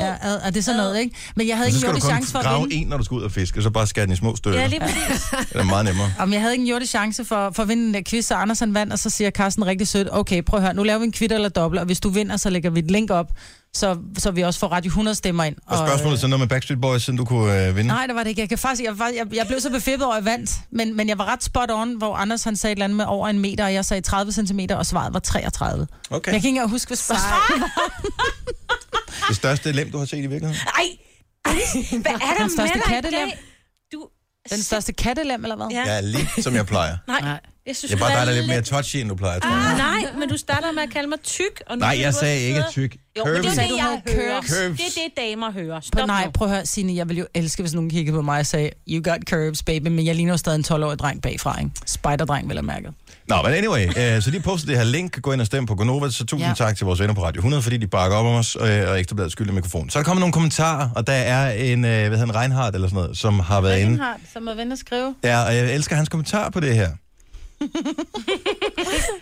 Speaker 3: Ja, ad, og det er sådan noget, ikke? Men jeg havde
Speaker 1: Og så
Speaker 3: ikke en
Speaker 1: skal du
Speaker 3: jordisk
Speaker 1: kun
Speaker 3: chance for at
Speaker 1: grave
Speaker 3: vinde.
Speaker 1: en, når du skal ud og fiske, og så bare skære den i små stykker.
Speaker 2: Ja,
Speaker 1: Ja,
Speaker 2: lige præcis.
Speaker 1: Det er meget nemmere.
Speaker 3: Om jeg havde ikke en jordisk chance for, for at vinde den der quiz, så Andersen vandt, og så siger Carsten rigtig sødt, okay, prøv at høre, nu laver vi en kvitter eller dobbelt, og hvis du vinder, så lægger vi et link op, så, så vi også får Radio 100 stemmer ind. øh,
Speaker 1: Og spørgsmålet er så noget med Backstreet Boys, siden du kunne øh, vinde.
Speaker 3: Nej, det var det ikke. Jeg, kan faktisk, jeg, var- jeg, jeg blev så befippet over, at jeg vandt, men, men jeg var ret spot on, hvor Anders han sagde et eller andet med over en meter, og jeg sagde 30 cm, og svaret var 33.
Speaker 1: Okay.
Speaker 3: Okay. Jeg kan ikke engang huske, hvad svaret var.
Speaker 1: Det største lem, du har set i virkeligheden.
Speaker 2: Ej, hvad er der
Speaker 3: Den største
Speaker 2: med dig i
Speaker 3: kattelem.
Speaker 2: dag? Du...
Speaker 3: Den største kattelem, eller hvad?
Speaker 2: Ja.
Speaker 1: Ja, lige som jeg plejer.
Speaker 2: Nej, jeg synes,
Speaker 1: Det er bare
Speaker 2: du
Speaker 1: dig,
Speaker 2: Ah,
Speaker 1: der er lidt mere touchy, end du plejer, tror jeg.
Speaker 2: Nej, men du starter med at kalde mig tyk. Og nu
Speaker 1: Nej,
Speaker 2: skal
Speaker 1: jeg
Speaker 2: Ah, du
Speaker 1: sagde
Speaker 2: også
Speaker 1: ikke
Speaker 2: sidde-
Speaker 1: tyk.
Speaker 2: Jo, men det
Speaker 1: Curves.
Speaker 2: er jo det, jeg
Speaker 3: Du sagde, du
Speaker 2: hører.
Speaker 3: havde
Speaker 1: curves.
Speaker 2: Det er det, damer hører. Stop
Speaker 3: Prøv, nej,
Speaker 2: nu.
Speaker 3: prøv at høre, Signe, jeg ville jo elske, hvis nogen kiggede på mig og sagde, you got curves, baby, men jeg ligner jo stadig en 12-årig dreng bagfra, ikke? Spejderdreng, vil jeg mærke.
Speaker 1: Nå, men anyway, øh, så de postede det her link. Gå ind og stem på Gonova, så tusind ja.
Speaker 3: Ja.
Speaker 1: tak til vores venner på Radio 100, fordi de bakker op om os, øh, og Ekstrabladet skylder mikrofon. Så er der kommet nogle kommentarer, og der er en, øh, hvad hedder han, Reinhardt eller sådan noget, som har været inde.
Speaker 3: som er ven at skrive.
Speaker 1: Ja, og jeg elsker hans kommentar på det her.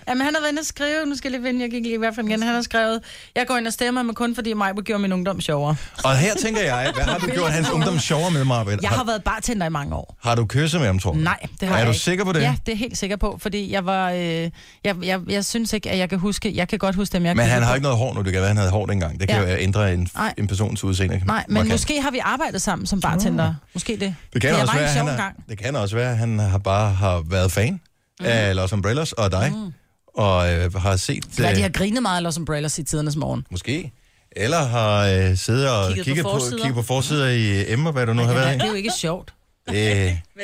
Speaker 3: Jamen, han har været inde og skrive, nu skal jeg lige vende, jeg gik lige i hvert fald igen, han har skrevet, jeg går ind og stemmer, men kun fordi mig gjorde min ungdom sjovere.
Speaker 1: Og her tænker jeg, hvad har du gjort hans ungdom sjovere med, Marbet?
Speaker 3: Jeg har
Speaker 1: Har,
Speaker 3: været bartender i mange år.
Speaker 1: har du kysset med ham, tror du?
Speaker 3: Nej, det har
Speaker 1: Er
Speaker 3: jeg
Speaker 1: du
Speaker 3: ikke.
Speaker 1: sikker på det?
Speaker 3: Ja, det er jeg helt sikker på, fordi jeg var, øh, jeg, jeg, jeg synes ikke, at jeg kan huske, jeg kan godt huske dem, jeg
Speaker 1: Men
Speaker 3: kan
Speaker 1: han
Speaker 3: huske.
Speaker 1: har ikke noget hår nu, det kan være, han havde hår dengang. Det kan
Speaker 3: Ja.
Speaker 1: jo ændre en,
Speaker 3: Nej.
Speaker 1: en persons udseende.
Speaker 3: Nej, men
Speaker 1: markant.
Speaker 3: måske har vi arbejdet sammen som bartender. Måske det.
Speaker 1: Det kan,
Speaker 3: jeg
Speaker 1: også
Speaker 3: var
Speaker 1: være,
Speaker 3: en sjov
Speaker 1: han er,
Speaker 3: gang.
Speaker 1: det kan også være, at han har bare har været fan mm.
Speaker 3: Mhm.
Speaker 1: af Los Umbrellas og dig, mm. og øh, har set,
Speaker 3: Ja,
Speaker 1: øh,
Speaker 3: de har grinet meget af Los Umbrellas i tidernes morgen.
Speaker 1: måske, eller har øh, siddet og
Speaker 2: Kigget
Speaker 1: kigget,
Speaker 2: på
Speaker 1: kigget, på,
Speaker 2: forsider.
Speaker 1: kigget på forsider i øh, Emma, hvad du nu har været i.
Speaker 3: Det er jo ikke sjovt.
Speaker 1: Det,
Speaker 2: Men det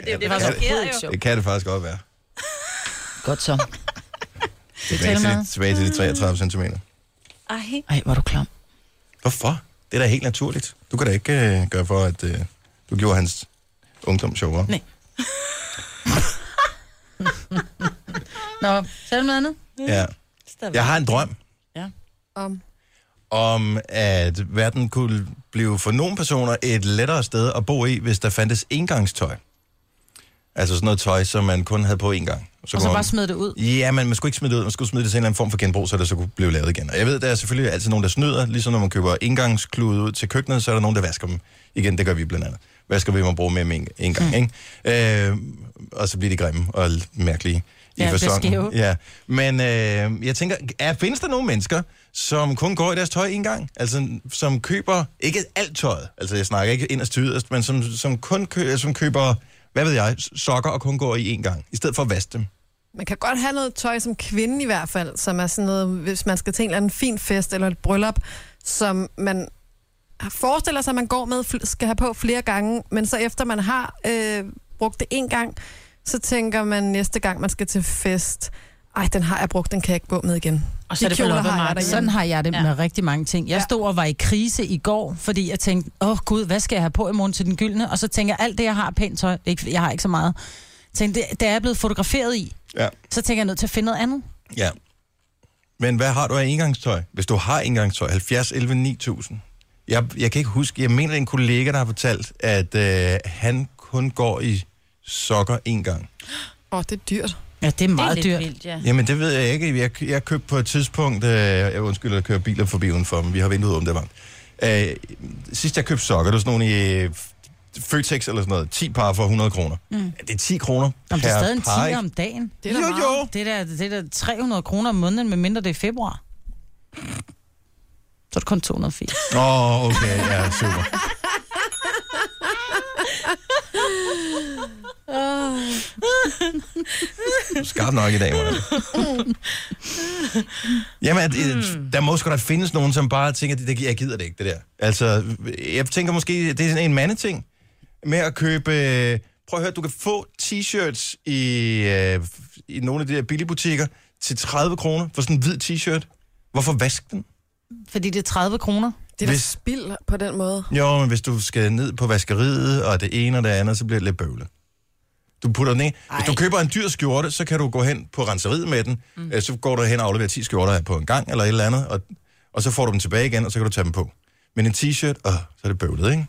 Speaker 2: er jo det,
Speaker 3: var
Speaker 2: der
Speaker 3: så
Speaker 1: kan,
Speaker 2: sker
Speaker 3: overhovedet
Speaker 2: jo.
Speaker 1: det kan det faktisk godt være.
Speaker 3: Godt så.
Speaker 1: Tilbage til,
Speaker 3: tæller
Speaker 1: de,
Speaker 3: med. Mm.
Speaker 1: tilbage til de 33 cm.
Speaker 2: Ej,
Speaker 3: Ej, var du klam.
Speaker 1: Hvorfor? Det er da helt naturligt. Du kan da ikke øh, gøre for, at øh, du gjorde hans ungdom sjovere.
Speaker 3: Nej. Nå, så er det noget andet.
Speaker 1: Ja. Jeg har en drøm.
Speaker 7: Om,
Speaker 1: om, at verden kunne blive for nogle personer et lettere sted at bo i, hvis der fandtes engangstøj. Altså sådan noget tøj, som man kun havde på én gang.
Speaker 3: Og så
Speaker 1: kunne
Speaker 3: bare smid det ud.
Speaker 1: Ja, men man skulle ikke smide det ud. Man skulle smide det til en eller anden form for genbrug, så det så kunne blive lavet igen. Og jeg ved, der er selvfølgelig altid nogen, der snyder. Ligesom når man køber engangsklude ud til køkkenet, så er der nogen, der vasker dem. Igen, det gør vi blandt andet. Vasker vi, man bruger med dem en, en gang, mm. ikke? Øh, og så bliver de grimme og l- mærkelige i
Speaker 3: Ja, det er
Speaker 1: fasongen.
Speaker 3: skæve.
Speaker 1: Ja, men øh, jeg tænker, er, findes der nogle mennesker, som kun går i deres tøj en gang? Altså, som køber, ikke alt tøjet, altså jeg snakker ikke inderst til yderst, men som, som kun kø, som køber, hvad ved jeg, sokker og kun går i en gang, i stedet for at vaske dem.
Speaker 7: man kan godt have noget tøj som kvinde i hvert fald, som er sådan noget, hvis man skal til en eller anden fin fest eller et bryllup, som man forestiller sig, at man går med, fl- skal have på flere gange, men så efter man har øh, brugt det en gang, så tænker man næste gang, man skal til fest, ej, den har jeg brugt, den kan jeg ikke gå med igen.
Speaker 2: Og så er
Speaker 7: De
Speaker 2: det på
Speaker 7: kjoler har jeg
Speaker 2: loppemarked.
Speaker 7: derhjemme.
Speaker 3: Sådan har jeg det
Speaker 2: Ja.
Speaker 3: ja. med rigtig mange ting. Jeg
Speaker 7: Ja.
Speaker 3: stod og var i krise i går, fordi jeg tænkte, åh oh, gud, hvad skal jeg have på i morgen til den gyldne? Og så tænker jeg, alt det, jeg har af pænt tøj, ikke, jeg har ikke så meget, tænkte, det, det er jeg blevet fotograferet i.
Speaker 1: Ja.
Speaker 3: Så tænker jeg, jeg er nødt til at finde noget andet.
Speaker 1: Ja. Men hvad har du af engangstøj? Hvis du har engangstøj, 70, 11, 9000. Jeg, jeg kan ikke huske, jeg mener, det er en kollega, der har fortalt, at øh, han kun går i sokker en gang.
Speaker 7: Åh, det er dyrt.
Speaker 3: Ja, det er meget
Speaker 2: det er
Speaker 3: dyrt.
Speaker 2: lidt vildt, ja.
Speaker 1: Jamen, det ved jeg ikke. Jeg, jeg købte på et tidspunkt... Øh, jeg undskylder, at køre biler forbi udenfor, men vi har vinduet om det varmt. Øh, sidst jeg købte sokker, det var sådan nogle i øh, Føtex eller sådan noget. 10 par for 100 kroner. Mm. Det er 10 kroner
Speaker 3: Om det er stadig en
Speaker 1: par,
Speaker 3: 10
Speaker 1: ikke?
Speaker 3: om dagen.
Speaker 7: Det er da
Speaker 1: Jo,
Speaker 7: meget.
Speaker 1: jo.
Speaker 3: Det er da, det er da 300 kroner om måneden, medmindre det er februar. Så er det kun 280.
Speaker 1: Åh, oh, okay. Ja, super. Skarp nok i dag, Maja. Jamen, at, øh, der må sgu da findes nogen, som bare tænker, det, det, jeg gider det ikke, det der. Altså, jeg tænker måske, det er sådan en mandeting med at købe... øh, Prøv at høre, du kan få t-shirts i, øh, i nogle af de der billige butikker til 30 kroner for sådan en hvid t-shirt. Hvorfor vask den?
Speaker 3: Fordi det er 30 kroner.
Speaker 7: Det er da
Speaker 1: Hvis-
Speaker 7: spild på den måde.
Speaker 1: Jo, men hvis du skal ned på vaskeriet, og det ene og det andet, så bliver det lidt bøvlet. Du putter den i. Hvis du køber en dyr skjorte, så kan du gå hen på renseriet med den. Mm. Så går du hen og afleverer 10 skjorter på en gang, eller et eller andet, og, og så får du dem tilbage igen, og så kan du tage dem på. Men en t-shirt, åh, så er det bøvlet, ikke?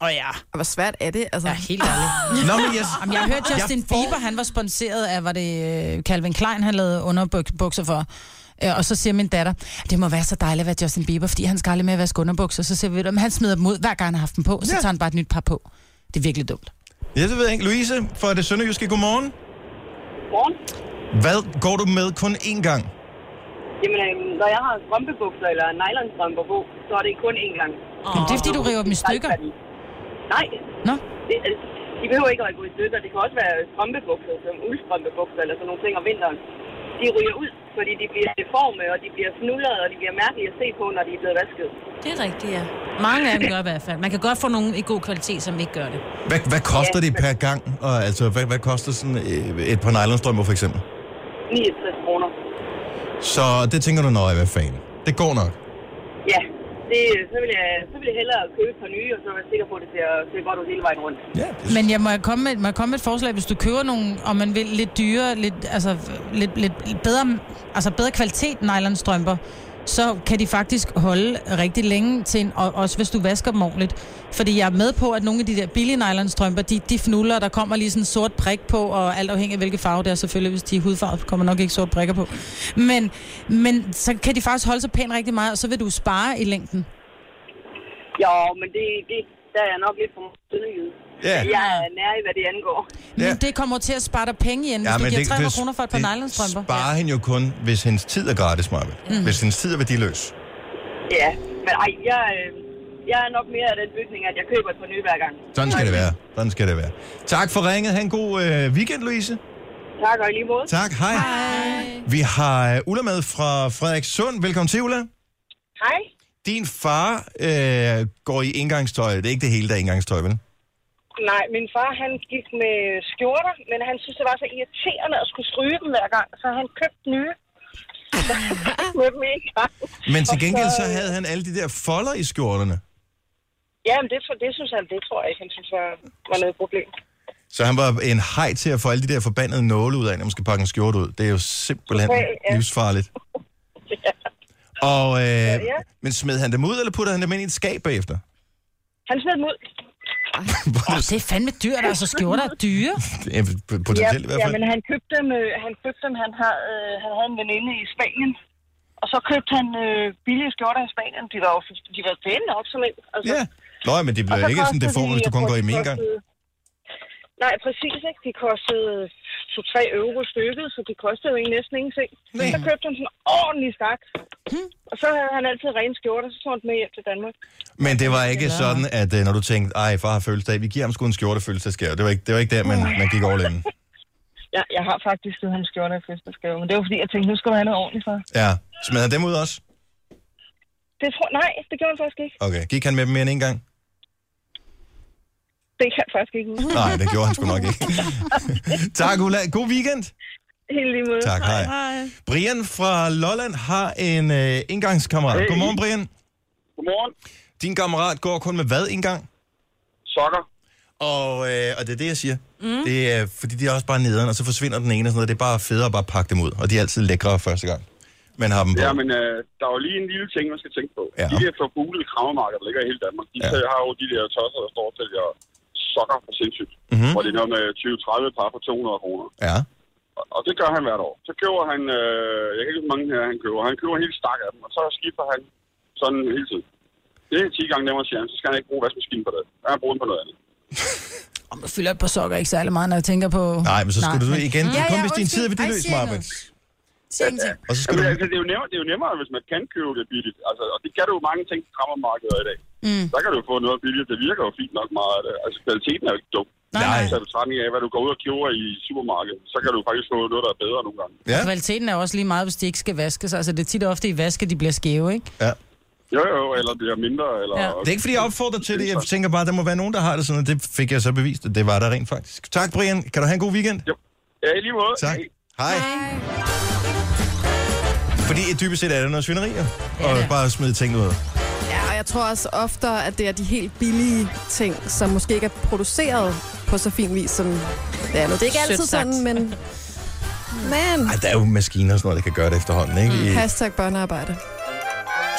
Speaker 3: Åh oh, ja.
Speaker 7: Og hvor svært er det? Altså,
Speaker 3: Ja, helt ærligt.
Speaker 1: Nå, men jeg...
Speaker 3: Jamen, jeg hørte
Speaker 1: Jeg
Speaker 3: Justin jeg
Speaker 1: får-
Speaker 3: Bieber, han var sponsoreret af, var det øh, Calvin Klein, han lavede underbukser for. Øh, Og så siger min datter, det må være så dejligt at være Justin Bieber, fordi han skal aldrig mere vaske underbukser. Så siger vi, at han smider dem ud, hver gang han har haft dem på, så
Speaker 1: Ja.
Speaker 3: tager han bare et nyt par på. Det er virkelig dumt.
Speaker 1: Ja, det ved jeg ikke. Louise fra det sønderjyske, godmorgen.
Speaker 9: Morgen.
Speaker 1: Hvad går du med kun én gang?
Speaker 9: Jamen, øhm, når jeg har strømpebukser eller nylonstrømper på, så er det kun én gang.
Speaker 3: Jamen, det er fordi, du river dem i stykker.
Speaker 9: Nej,
Speaker 3: Nå,
Speaker 9: det, altså, de behøver ikke at gå i stykker. Det kan også være strømpebukser, som uldstrømpebukser eller sådan nogle ting om vinteren. De ryger ud, fordi de bliver deforme, og de bliver snullede, og de bliver mærkelige at se på, når de er blevet vasket.
Speaker 2: Det er rigtigt, ja. Mange af dem gør i hvert fald. Man kan godt få nogen i god kvalitet, som ikke gør det.
Speaker 1: Hvad, hvad koster
Speaker 9: Ja.
Speaker 1: det per gang? Og, altså, hvad, hvad koster sådan øh, et par nylonstrømper, for eksempel?
Speaker 9: 69 kroner.
Speaker 1: Så det tænker du, nøj, hvad fanden. Det går nok.
Speaker 9: Ja, det, så, vil jeg, så vil jeg hellere købe et par nye, og så være sikker på, at det ser, ser godt ud hele vejen rundt.
Speaker 1: Ja, det
Speaker 3: men jeg må jeg komme med, må jeg komme med et forslag, hvis du køber nogle, om man vil, lidt dyre, lidt, altså, lidt, lidt bedre, altså bedre kvalitet nylonstrømper, så kan de faktisk holde rigtig længe til en, og også hvis du vasker dem ordentligt. Fordi jeg er med på, at nogle af de der billige nylonstrømper, de, de fnuller, og der kommer lige sådan en sort prik på, og alt afhængig af hvilke farve det er selvfølgelig, hvis de er hudfarvet, kommer nok ikke sort prikker på. Men, men så kan de faktisk holde sig pænt rigtig meget, og så vil du spare i længden.
Speaker 10: Jo, men det, det der er jeg nok lidt for sønderjyde.
Speaker 1: Ja.
Speaker 10: Jeg er nær i, hvad det angår.
Speaker 1: Ja.
Speaker 3: Ja. Men det kommer til at spare dig penge igen, hvis ja, du giver 300 kroner for et par nylonstrømper.
Speaker 1: Det sparer hende jo kun, hvis hendes tid er gratis, Maja. Mm. Hvis hendes tid er værdiløs.
Speaker 10: Ja, men ej, jeg, øh, jeg er nok mere af den bygning, at jeg køber et par nye hver gang.
Speaker 1: Sådan skal det være. Sådan skal det være. Tak for ringet. Ha' en god øh, weekend, Louise.
Speaker 10: Tak og i lige måde.
Speaker 1: Tak. Hej. Hej. Vi har øh, Ulla med fra Frederikssund. Velkommen til, Ulla.
Speaker 10: Hej.
Speaker 1: Din far øh, går i engangstøj. Det er ikke det hele, der er engangstøj, vel?
Speaker 10: Nej, min far han gik med skjorter, men han synes, det var så irriterende at skulle stryge dem hver gang, så han købte nye. Så han gik med dem en gang.
Speaker 1: Men til
Speaker 10: Og
Speaker 1: gengæld så havde han alle de der folder i skjorterne.
Speaker 10: Ja, men det, tror- det synes han, det tror jeg ikke, han synes var, var noget problem.
Speaker 1: Så han var en hej til at få alle de der forbandede nåle ud af, når man skal pakke en skjorte ud. Det er jo simpelthen
Speaker 10: Okay, ja.
Speaker 1: livsfarligt. Og, øh, ja.
Speaker 10: ja.
Speaker 1: Men smed han dem ud, eller puttede han dem ind i et skab bagefter?
Speaker 10: Han smed dem ud.
Speaker 1: Hvor er
Speaker 3: Det er fandme dyrt, altså skjorter er dyre.
Speaker 1: det- ja, Potentielt i hvert
Speaker 10: ja,
Speaker 1: fald.
Speaker 10: men han købte dem, øh, han, købte dem han, har, øh, han havde en veninde i Spanien. Og så købte han øh, billige skjorter i Spanien. De var jo de var pæne nok, som en. Altså,
Speaker 1: Ja. Nå, men det
Speaker 10: Og
Speaker 1: bliver
Speaker 10: så
Speaker 1: ikke sådan
Speaker 10: kostede
Speaker 1: det form,
Speaker 10: de-
Speaker 1: hvis du kun
Speaker 10: jeg
Speaker 1: går i
Speaker 10: tror, de
Speaker 1: en gang.
Speaker 10: kostede- Nej, præcis ikke. De kostede 2-3 euro stykket, så de kostede jo egentlig næsten ingenting.
Speaker 1: Nej.
Speaker 10: Nej. Så købte han sådan en ordentlig stak. Og så havde han altid rene skjorter, så tog han dem med hjem til Danmark.
Speaker 1: Men det var ikke sådan, at øh, når du tænkte, ej, far har fødselsdag, vi giver ham sgu en skjorte fødselsdagsgave. Det var ikke, det var ikke der, man, man gik overlænden.
Speaker 10: Ja, jeg har faktisk givet ham skjorter i fødselsdagsgave, men det var fordi, jeg tænkte, nu skal du have noget ordentligt for.
Speaker 1: Ja. Smed han dem ud også?
Speaker 10: Det tror, nej, det gjorde han faktisk ikke.
Speaker 1: Okay. Gik han med dem mere end en gang?
Speaker 10: Det kan jeg faktisk ikke. huske.
Speaker 1: Nej, det gjorde han sgu nok ikke. tak, Ulla. God weekend.
Speaker 10: Helt lige måde.
Speaker 1: Tak, hej.
Speaker 3: Hej.
Speaker 1: Brian fra Lolland har en øh, indgangskammerat. Hey.
Speaker 11: Hey.
Speaker 1: Godmorgen, Brian.
Speaker 11: Godmorgen.
Speaker 1: Din kammerat går kun med hvad engang?
Speaker 11: Sokker.
Speaker 1: Og, øh, og det er det, jeg siger. Mm. Det er, fordi de er også bare nederen, og så forsvinder den ene og sådan noget. Det er bare federe at bare pakke dem ud, og de er altid lækre første gang. Man har dem på.
Speaker 11: Ja, men øh, der er jo lige en lille ting, man skal tænke på.
Speaker 1: Ja.
Speaker 11: Ja. De der forfuglede krammermarkeder, der ligger i hele Danmark, de
Speaker 1: Ja.
Speaker 11: ja. har jo de der tosser, der står og sælger sokker for sindssygt.
Speaker 1: Mhm.
Speaker 11: Mm-hmm. Hvor det er noget med 20-30 par for 200 kroner.
Speaker 1: Ja.
Speaker 11: Og, og det gør han hvert år. Så køber han, øh, jeg kan ikke huske, hvor mange her han køber, han køber en hel stak af dem, og så skifter han sådan hele tiden. Det er 10 gange nemmere, siger han, så skal han ikke bruge vaskemaskinen på det. Han bruger den på noget andet.
Speaker 3: Om du fylder et par sokker ikke særlig meget, når jeg tænker på...
Speaker 1: Nej, men så skulle du
Speaker 3: men-
Speaker 1: igen. Det er
Speaker 3: Ja,
Speaker 1: kun,
Speaker 3: ja,
Speaker 1: hvis din tid er ved de
Speaker 3: undskyld. Ej,
Speaker 1: løs,
Speaker 3: siger jeg
Speaker 1: Marvind.
Speaker 3: Sig ingenting.
Speaker 1: Og så skal
Speaker 11: Jamen,
Speaker 1: du...
Speaker 11: altså, det, er jo nemmere, det er jo nemmere, hvis man kan købe det billigt. Altså, og det kan du jo mange ting på krammermarkeder i dag. Mm. Der kan du jo få noget billigt, det virker jo fint nok meget. af det. Altså, kvaliteten er jo ikke dum.
Speaker 3: Nej, nej.
Speaker 11: Så er du træt af, hvad du går ud og køber i supermarkedet, så kan du faktisk få noget, der er bedre nogle gange.
Speaker 1: Ja.
Speaker 3: Kvaliteten er også lige meget, hvis de ikke skal vaskes. Altså, det er tit og ofte i vaske, de bliver skæve, ikke?
Speaker 1: ja.
Speaker 11: Jo, jo, eller det er mindre, eller...
Speaker 3: Ja.
Speaker 11: Ja.
Speaker 1: Det er ikke, fordi jeg opfordrer til det. Jeg tænker bare, at der må være nogen, der har det sådan, og det fik jeg så bevist, at det var der rent faktisk. Tak, Brian. Kan du have en god weekend?
Speaker 11: Jo. Ja, i lige måde.
Speaker 1: Tak.
Speaker 11: Hej.
Speaker 1: Hej. Fordi dybest set er det noget svineri, jo. og bare smide ting ud.
Speaker 4: Ja, og jeg tror også oftere, at det er de helt billige ting, som måske ikke er produceret på så fin vis som det andet. Det er ikke
Speaker 2: Sødt
Speaker 4: altid
Speaker 2: sagt.
Speaker 4: sådan, men... Man,
Speaker 1: Ej, der er jo maskiner og sådan noget, der kan gøre det efterhånden, ikke? I,
Speaker 4: hashtag børnearbejde.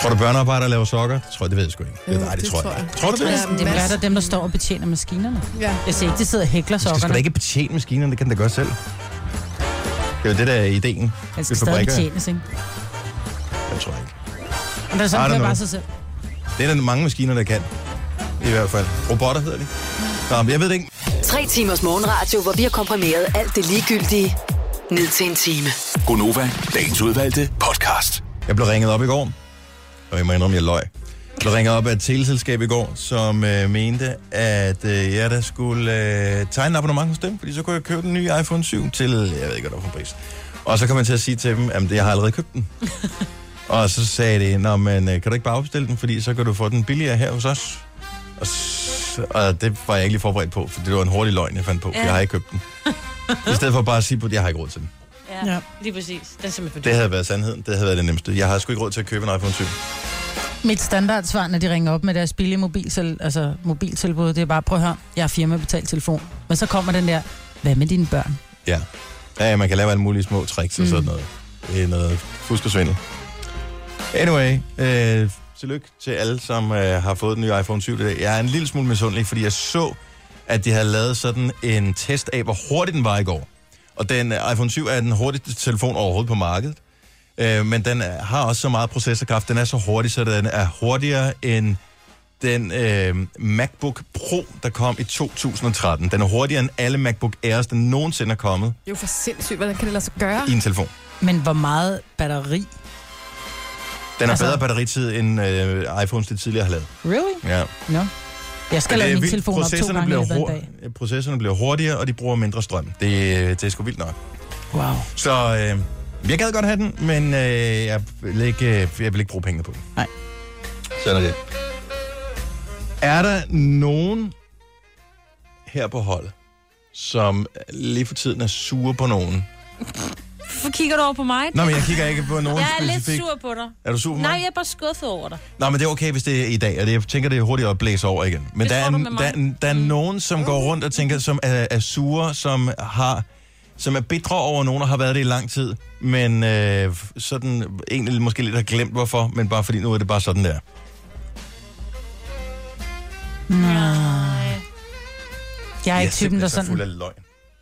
Speaker 1: tror du, børnearbejdere laver sokker? Tror jeg, det ved jeg sgu ikke. Det, nej, Mm, det,
Speaker 4: det
Speaker 1: tror
Speaker 4: tror
Speaker 1: jeg ikke.
Speaker 4: jeg.
Speaker 1: Tror du det?
Speaker 4: Ja,
Speaker 1: Jeg
Speaker 3: Det er der dem, der står og betjener maskinerne.
Speaker 4: Ja.
Speaker 3: Jeg siger ikke, de sidder og hækler
Speaker 1: skal sgu da
Speaker 3: sokkerne.
Speaker 1: ikke betjene maskinerne, det kan det godt selv. Det er jo det, der er ideen.
Speaker 3: Den
Speaker 1: ved
Speaker 3: skal stadig
Speaker 1: fabrikker.
Speaker 3: betjenes, ikke?
Speaker 1: Jeg tror ikke.
Speaker 3: Og det er
Speaker 1: I
Speaker 3: sådan,
Speaker 1: don't
Speaker 3: det
Speaker 1: know.
Speaker 3: bare sig selv.
Speaker 1: Det er der mange maskiner, der kan. I hvert fald. Robotter hedder de. Nå, men jeg ved det ikke.
Speaker 5: Tre timers morgenradio, hvor vi har komprimeret alt det ligegyldige ned til en time.
Speaker 6: Gonova, dagens udvalgte podcast.
Speaker 1: Jeg blev ringet op i går, og jeg må indrømme, jeg løg. Jeg blev ringet op af et teleselskab i går, som øh, mente, at øh, jeg da skulle øh, tegne en abonnement hos dem, fordi så kunne jeg købe den nye iPhone 7 til, jeg ved ikke, hvad der var for pris. Og så kom jeg til at sige til dem, at jeg har allerede købt den. og så sagde de, Nå, men øh, kan du ikke bare opstille den, fordi så kan du få den billigere her hos os. Og, s- og det var jeg ikke lige forberedt på, for det var en hurtig løgn, jeg fandt på. Ja. Jeg har ikke købt den. I stedet for bare at sige, at jeg har ikke råd til den.
Speaker 2: Ja,
Speaker 3: Ja.
Speaker 2: lige præcis. Den er simpelthen for
Speaker 1: Det
Speaker 2: dyr.
Speaker 1: havde været sandheden. Det havde været det nemmeste. Jeg har sgu ikke råd til at købe en iPhone 7.
Speaker 3: Mit standardsvar, når de ringer op med deres billige mobiltel, altså mobiltilbud, det er bare, prøv at høre, jeg har firmabetalt telefon. Men så kommer den der, hvad med dine børn?
Speaker 1: Ja. Ja, ja, man kan lave alle mulige små tricks og sådan noget. Det er noget fusk og svindel. Anyway, øh, tillykke til alle, som øh, har fået den nye iPhone 7. i dag. Jeg er en lille smule misundelig, fordi jeg så, at de havde lavet sådan en test af, hvor hurtigt den var i går. Og den øh, iPhone 7 er den hurtigste telefon overhovedet på markedet. Øh, men den er- har også så meget processorkraft. Den er så hurtig, så den er hurtigere end den øh, MacBook Pro, der kom i 2013. Den er hurtigere end alle MacBook Airs, der nogensinde er kommet
Speaker 4: Det er jo for sindssygt. Hvordan kan det lade sig gøre?
Speaker 1: i en telefon.
Speaker 3: Men hvor meget batteri?
Speaker 1: Den har
Speaker 3: Altså-
Speaker 1: bedre batteritid, end øh, iPhones de tidligere har lavet.
Speaker 3: Really?
Speaker 1: Ja.
Speaker 3: Nå. No. Jeg skal
Speaker 1: Men det er
Speaker 3: lade min
Speaker 1: vildt.
Speaker 3: telefon op to
Speaker 1: Processorerne
Speaker 3: gange i
Speaker 1: bliver
Speaker 3: løbet af en
Speaker 1: hur-
Speaker 3: dag.
Speaker 1: øh, Processorerne bliver hurtigere, og de bruger mindre strøm. Det, øh, det er sgu vildt nok.
Speaker 3: Wow.
Speaker 1: Så øh, jeg gad godt have den, men øh, jeg, vil ikke, øh, jeg vil ikke bruge penge på den.
Speaker 3: Nej.
Speaker 1: Sådan er det. Er der nogen her på holdet, som lige for tiden er sure på nogen?
Speaker 2: Hvorfor kigger du over på mig?
Speaker 1: Nå, men jeg kigger ikke på nogen
Speaker 2: Jeg er lidt
Speaker 1: specifik.
Speaker 2: sur på dig.
Speaker 1: Er du sur på mig?
Speaker 2: Nej, jeg er bare skuffet over dig.
Speaker 1: Nå, men det er okay, hvis det er i dag, og det, jeg tænker, det er hurtigt at blæse over igen. Men
Speaker 2: Det
Speaker 1: der er,
Speaker 2: tror du
Speaker 1: en-
Speaker 2: med mig. Mm.
Speaker 1: der, er- der er nogen, som går rundt og tænker, som er, er sure, som har som er bitre over nogen, og har været det i lang tid, men øh, sådan egentlig måske lidt har glemt hvorfor, men bare fordi nu er det bare sådan der.
Speaker 2: Nej.
Speaker 3: Jeg er
Speaker 1: Jeg
Speaker 3: ikke typen, der
Speaker 1: simpelthen så fuld
Speaker 3: sådan...
Speaker 1: af løgn.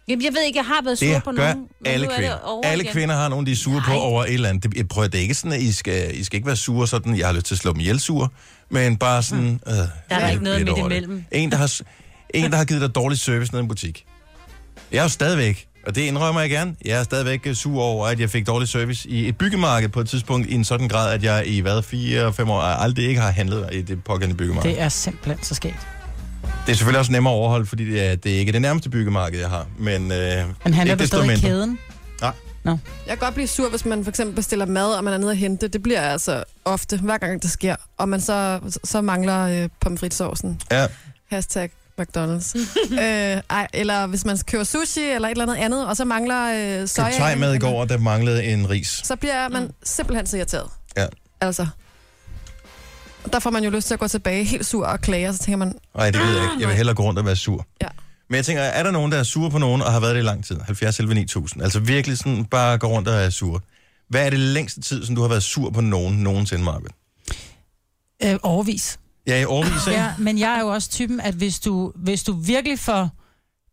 Speaker 2: Jamen, jeg ved ikke, jeg har været sur
Speaker 1: Det
Speaker 2: på
Speaker 1: gør
Speaker 2: nogen. men
Speaker 1: alle
Speaker 2: nu er
Speaker 1: kvinder.
Speaker 2: det over
Speaker 1: Alle
Speaker 2: igen.
Speaker 1: kvinder har nogen, de er sure på
Speaker 2: Nej.
Speaker 1: over et eller andet. Det, jeg prøver, det er ikke sådan, at I skal, I skal ikke være sure sådan, jeg har lyst til at slå dem ihjel sure, men bare sådan... Øh, der
Speaker 2: Mm. der ikke noget midt imellem.
Speaker 1: En der, har, s- en, der har givet dig dårlig service nede i en butik. Jeg er jo stadigvæk, og det indrømmer jeg gerne, jeg er stadigvæk øh, sur over, at jeg fik dårlig service i et byggemarked på et tidspunkt, i en sådan grad, at jeg i hvad, fire, fem år aldrig ikke har handlet i det pågældende byggemarked.
Speaker 3: Det er simpelthen så skægt.
Speaker 1: Det er selvfølgelig også nemmere at overholde, fordi det er, det er ikke det nærmeste byggemarked, jeg har. Men, øh,
Speaker 3: Men handler
Speaker 1: ikke
Speaker 3: du
Speaker 1: desto
Speaker 3: stadig i
Speaker 1: mindre.
Speaker 3: kæden?
Speaker 4: Jeg kan godt blive sur, hvis man for eksempel bestiller mad, og man er nede og hente. Det bliver jeg altså ofte, hver gang det sker. Og man så, så mangler øh, pomfritsovsen.
Speaker 1: Ja.
Speaker 4: Hashtag McDonald's. øh, ej, eller hvis man køber sushi eller et eller andet andet, og så mangler øh, soja.
Speaker 1: købte thai med i går, og der manglede en ris.
Speaker 4: Så bliver man simpelthen så irriteret.
Speaker 1: Mm. Ja.
Speaker 4: Altså. Og Der får man jo lyst til at gå tilbage helt sur og klage, og så tænker man,
Speaker 1: Nej, det ved jeg ikke. Jeg vil hellere gå rundt og være sur.
Speaker 4: Ja.
Speaker 1: Men jeg tænker, er der nogen, der er sure på nogen, og har været det i lang tid? 70 11 9000. Altså virkelig sådan bare gå rundt og være sur. Hvad er det længste tid, som du har været sur på nogen nogensinde, Marvind?
Speaker 3: Øh, overvis.
Speaker 1: Ja, i overvis, ikke?
Speaker 3: Ja, men jeg er jo også typen, at hvis du, hvis du virkelig får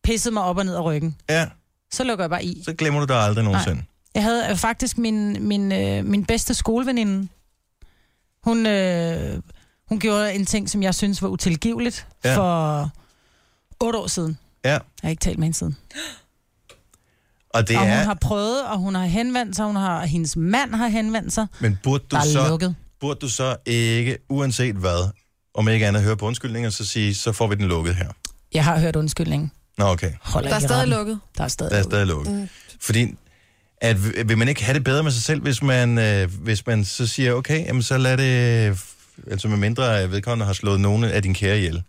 Speaker 3: pisset mig op og ned af ryggen,
Speaker 1: ja.
Speaker 3: så lukker jeg bare i.
Speaker 1: Så glemmer du dig aldrig nogensinde. Nej.
Speaker 3: Jeg havde øh, faktisk min, min, øh, min bedste skoleveninde. Hun, øh, hun gjorde en ting, som jeg synes var utilgiveligt
Speaker 1: Ja.
Speaker 3: ja. for otte år siden.
Speaker 1: Ja.
Speaker 3: Jeg har ikke talt med hende siden.
Speaker 1: Og det
Speaker 3: Det og
Speaker 1: er...
Speaker 3: hun har prøvet, og hun har henvendt sig, hun har, og hendes mand har henvendt sig.
Speaker 1: Men burde du,
Speaker 3: Der er
Speaker 1: så,
Speaker 3: lukket.
Speaker 1: burde du så ikke, uanset hvad, om ikke andet høre på undskyldninger, så sige, så får vi den lukket her.
Speaker 3: Jeg har hørt undskyldningen.
Speaker 1: Nå, okay.
Speaker 3: Holder
Speaker 4: der er
Speaker 3: ikke i
Speaker 4: stadig
Speaker 3: retten.
Speaker 4: lukket.
Speaker 3: Der er stadig
Speaker 1: Der er
Speaker 3: lukket.
Speaker 1: stadig lukket. Mm. Fordi at, v- vil man ikke have det bedre med sig selv, hvis man, øh, hvis man så siger, okay, jamen så lad det... f- Altså med mindre at vedkommende har slået nogen af din kære ihjel.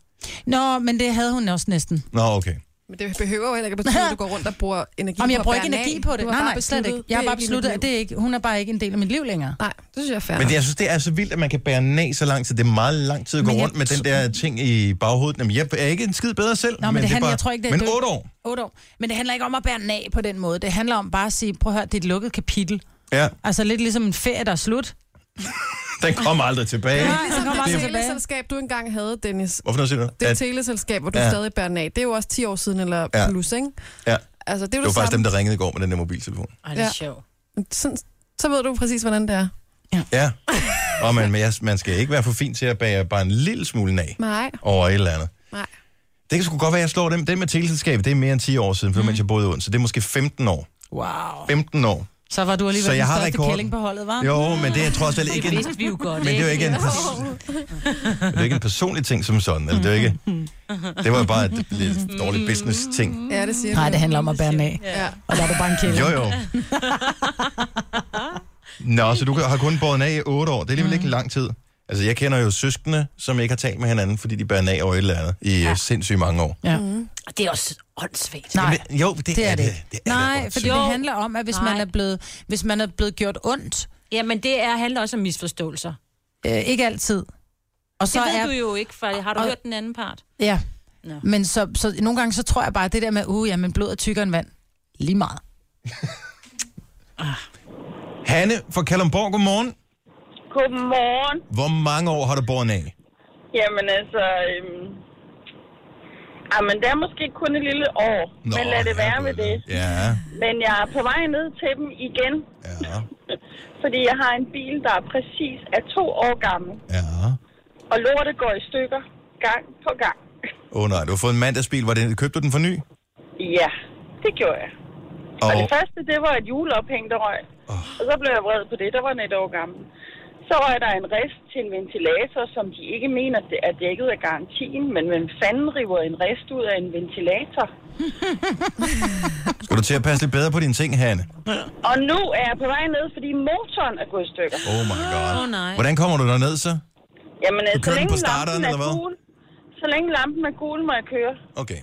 Speaker 3: Nå, men det havde hun også næsten.
Speaker 1: Nå, okay.
Speaker 4: Men det behøver jo heller ikke at betyde, at du går rundt og bruger energi
Speaker 3: Om jeg
Speaker 4: på at
Speaker 3: bruger
Speaker 4: bære
Speaker 3: ikke
Speaker 4: den af.
Speaker 3: energi på det.
Speaker 4: Du har
Speaker 3: Nej,
Speaker 4: bare
Speaker 3: nej, slet
Speaker 4: besluttet,
Speaker 3: ikke. Jeg har
Speaker 4: det er
Speaker 3: bare
Speaker 4: ikke mit
Speaker 3: besluttet, at
Speaker 4: liv.
Speaker 3: det er ikke, hun er bare ikke en del af mit liv længere.
Speaker 4: Nej, det synes jeg er fair.
Speaker 1: Men det, jeg synes, det er så vildt, at man kan bære næg så lang tid. Det er meget lang tid at gå
Speaker 3: Men jeg
Speaker 1: rundt med den
Speaker 3: tr-
Speaker 1: der ting i baghovedet. Jamen, jeg er ikke en skid bedre selv.
Speaker 3: Nå, men, men det, handler, jeg tror ikke, det er
Speaker 1: Men
Speaker 3: det er jo
Speaker 1: otte
Speaker 3: ikke-
Speaker 1: år.
Speaker 3: Otte år. Men det handler ikke om at bære den af på den måde. Det handler om bare at sige, prøv at høre, det er et lukket kapitel.
Speaker 1: Ja,
Speaker 3: Altså lidt ligesom en ferie, der er slut.
Speaker 1: den kommer aldrig tilbage.
Speaker 3: Nej,
Speaker 4: Ligesom
Speaker 3: den kommer aldrig
Speaker 4: det
Speaker 3: tilbage.
Speaker 4: teleselskab, du engang havde, Dennis.
Speaker 1: Hvorfor noget siger du?
Speaker 4: Det
Speaker 1: At-
Speaker 4: teleselskab, hvor du
Speaker 1: Ja.
Speaker 4: ja. stadig bærer den af, det er jo også 10 år siden eller
Speaker 1: Ja.
Speaker 4: ja. plus, ikke?
Speaker 1: Ja.
Speaker 4: Altså, det er jo
Speaker 1: Det var
Speaker 4: det,
Speaker 1: faktisk dem,
Speaker 4: samme.
Speaker 1: der ringede i går med den der mobiltelefon.
Speaker 2: Ej, det er
Speaker 4: Ja.
Speaker 2: sjovt.
Speaker 4: Sådan, så ved du præcis, hvordan det er.
Speaker 1: Ja. Og man, men jeg, man skal ikke være for fin til at bære bare en lille smule nag
Speaker 4: Nej,
Speaker 1: over et eller andet.
Speaker 4: nej.
Speaker 1: Det kan sgu godt være, at jeg slår dem. Det med teleselskabet, det er mere end 10 år siden, for mm. mens jeg boede i Odense. Det er måske 15 år.
Speaker 3: Wow.
Speaker 1: 15 år.
Speaker 3: Så var du alligevel
Speaker 1: Så jeg
Speaker 3: den
Speaker 1: har
Speaker 3: største
Speaker 1: rekorden.
Speaker 3: kælling på holdet, var?
Speaker 1: Jo, men det er trods alt ikke en,
Speaker 2: vidste vi jo godt,
Speaker 1: men det er jo ikke en, pers- men det er ikke en personlig ting som sådan. Eller det, er jo ikke, det var jo bare et lidt dårligt business ting.
Speaker 4: Ja, det siger
Speaker 3: Nej,
Speaker 4: du.
Speaker 3: det handler om at bære den af.
Speaker 4: Ja.
Speaker 3: Og der er du bare en kælling.
Speaker 1: Jo, jo. Nå, så du har kun båret den af i 8 år. Det er alligevel ikke lang tid. Altså, jeg kender jo søskende, som ikke har talt med hinanden, fordi de bærer en af over et eller andet i ja. sindssygt mange år.
Speaker 3: Ja.
Speaker 4: Mm-hmm.
Speaker 2: Det er også åndssvagt.
Speaker 3: Nej.
Speaker 1: Jamen, jo, det,
Speaker 3: Det er det.
Speaker 1: det er
Speaker 3: Nej, for det
Speaker 2: Jo.
Speaker 3: handler om, at hvis
Speaker 2: Nej.
Speaker 3: man er blevet, hvis man er blevet gjort ondt,
Speaker 2: Jamen, det er, handler også om misforståelser.
Speaker 3: øh, ikke altid. Og
Speaker 2: Det
Speaker 3: så
Speaker 2: ved
Speaker 3: er,
Speaker 2: du jo ikke, for har du
Speaker 3: Og-
Speaker 2: hørt den anden part?
Speaker 3: ja.
Speaker 2: Nå.
Speaker 3: Men så, så nogle gange så tror jeg bare, at det der med, uh, jamen blod er tykkere end vand. Lige meget.
Speaker 1: Hanne fra Kalundborg, godmorgen.
Speaker 12: Godmorgen.
Speaker 1: Hvor mange år har du båret af?
Speaker 12: Jamen altså, øhm, jamen, det er måske kun et lille år, Nå, men lad det være med det.
Speaker 1: Ja.
Speaker 12: Men jeg er på vej ned til dem igen. Ja. Fordi jeg har en bil, der er præcis er to år gammel. Ja. Og lortet går i stykker gang på gang.
Speaker 1: Åh oh, nej, du har fået en mandagsbil. Var det, købte du den for ny?
Speaker 12: Ja, det gjorde jeg. Og, og det første, det var et juleophæng, der røg. Oh. Og så blev jeg vred på det, der var den et år gammel. Så røg der en rest til en ventilator, som de ikke mener det er dækket af garantien, men hvem fanden river en rest ud af en ventilator?
Speaker 1: Skal du til at passe lidt bedre på dine ting, Hanne?
Speaker 12: Og nu er jeg på vej ned, fordi motoren er gået i stykker.
Speaker 1: Oh my god.
Speaker 12: Åh, nej.
Speaker 1: Hvordan kommer du derned så?
Speaker 12: Jamen,
Speaker 1: Du
Speaker 12: øh, så
Speaker 1: kører den
Speaker 12: længe
Speaker 1: på starteren,
Speaker 12: lampen er
Speaker 1: eller hvad?
Speaker 12: gul, så længe lampen er gul, må jeg køre.
Speaker 1: Okay.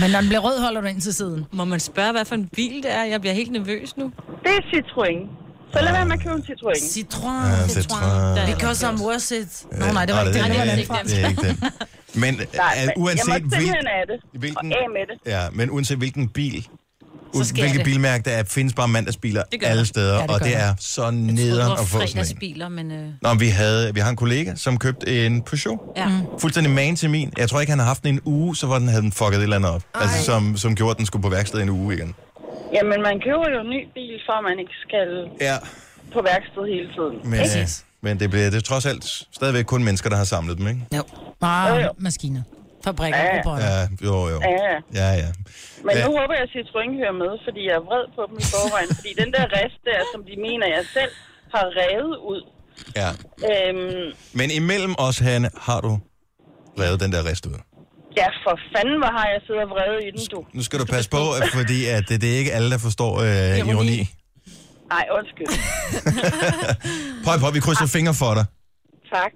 Speaker 3: Men når den bliver rød, holder du ind til siden.
Speaker 2: Må man spørge, hvad for en bil det er? Jeg bliver helt nervøs nu.
Speaker 12: Det er Citroën. Så lad være med at købe en Citroën.
Speaker 3: Citroën.
Speaker 1: Ja, Citroën.
Speaker 3: Citroën. Because I'm worth it. Nå, nej, det var
Speaker 1: nej,
Speaker 3: ikke det.
Speaker 1: det,
Speaker 3: Det var
Speaker 1: er
Speaker 3: den
Speaker 1: ikke
Speaker 3: fra.
Speaker 1: den. Det er ikke den. Men,
Speaker 12: Nej, men
Speaker 1: øh,
Speaker 12: jeg
Speaker 1: uanset,
Speaker 12: må simpelthen
Speaker 1: hvil-
Speaker 12: af det.
Speaker 1: Hvilken...
Speaker 12: Og af med det.
Speaker 1: ja, men uanset hvilken bil,
Speaker 12: Så
Speaker 1: ud,
Speaker 12: sker
Speaker 1: hvilket
Speaker 12: det.
Speaker 1: bilmærke der er, findes bare mandagsbiler
Speaker 2: Det gør
Speaker 1: alle
Speaker 2: der.
Speaker 1: steder,
Speaker 2: Ja, det
Speaker 1: og
Speaker 2: gør
Speaker 1: det
Speaker 2: der.
Speaker 1: er så
Speaker 2: Det
Speaker 1: nederen
Speaker 2: var
Speaker 1: at få sådan en.
Speaker 2: fredagsbiler, men... Øh,
Speaker 1: Nå, men vi, havde, vi har en kollega, som købte en Peugeot.
Speaker 2: ja. Mm.
Speaker 1: Fuldstændig man til min. Jeg tror ikke, han har haft den i en uge, så var den, havde den fucket et eller andet op. Altså, som, som gjorde, at den skulle på værkstedet en uge igen.
Speaker 12: Jamen, man køber jo en ny bil, for at man ikke skal
Speaker 1: Ja.
Speaker 12: på værksted hele tiden.
Speaker 1: Men, øh, men det bliver det er trods alt stadigvæk kun mennesker, der har samlet dem, ikke?
Speaker 3: Jo. Bare Ah, maskiner. Fabrikker, ja, robotter.
Speaker 1: Ja, jo, jo.
Speaker 12: Ja, ja.
Speaker 1: Ja, ja.
Speaker 12: Men
Speaker 1: Ja.
Speaker 12: nu håber jeg, at Citroën hører med, fordi jeg er vred på dem i forvejen. fordi den der rest der, som de mener, jeg selv har revet ud.
Speaker 1: ja.
Speaker 12: Øhm,
Speaker 1: Men imellem os, Hanne, har du revet den der rest ud.
Speaker 12: ja, for fanden, hvor har jeg siddet og vredet i den, du.
Speaker 1: Nu skal du passe på, at- fordi at det, det er ikke alle, der forstår øh, ironi. ironi.
Speaker 12: Nej, undskyld.
Speaker 1: Prøv, prøv, vi
Speaker 3: Ah.
Speaker 1: krydser fingre for dig.
Speaker 12: tak.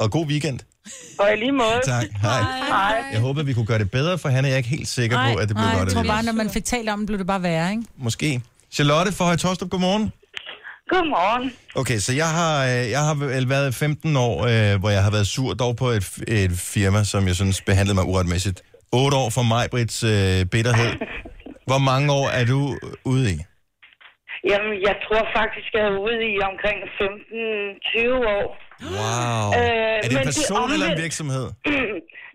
Speaker 1: Og god weekend.
Speaker 12: Og i lige måde.
Speaker 1: Tak. Hej.
Speaker 12: Hej.
Speaker 1: Jeg håber, vi kunne gøre det bedre for Hanne. Jeg er ikke helt sikker på, at det bliver
Speaker 3: nej,
Speaker 1: godt.
Speaker 3: jeg tror bare,
Speaker 1: alligevel.
Speaker 3: når man fik talt om det, blev det bare værre, ikke?
Speaker 1: Måske. Charlotte fra Høje Tostrup, godmorgen.
Speaker 12: Godmorgen.
Speaker 1: Okay, så jeg har, øh, jeg har vel været 15 år, øh, hvor jeg har været sur, dog på et, f- et firma, som jeg synes behandlede mig uretmæssigt. 8 år for mig, Brits øh, bitterhed. Hvor mange år er du ude i?
Speaker 13: Jamen, jeg tror faktisk, jeg er ude i omkring 15-20 år.
Speaker 1: Wow.
Speaker 13: Øh,
Speaker 1: Øh, er det
Speaker 13: men
Speaker 1: en person det
Speaker 13: omvendt.
Speaker 1: eller en virksomhed?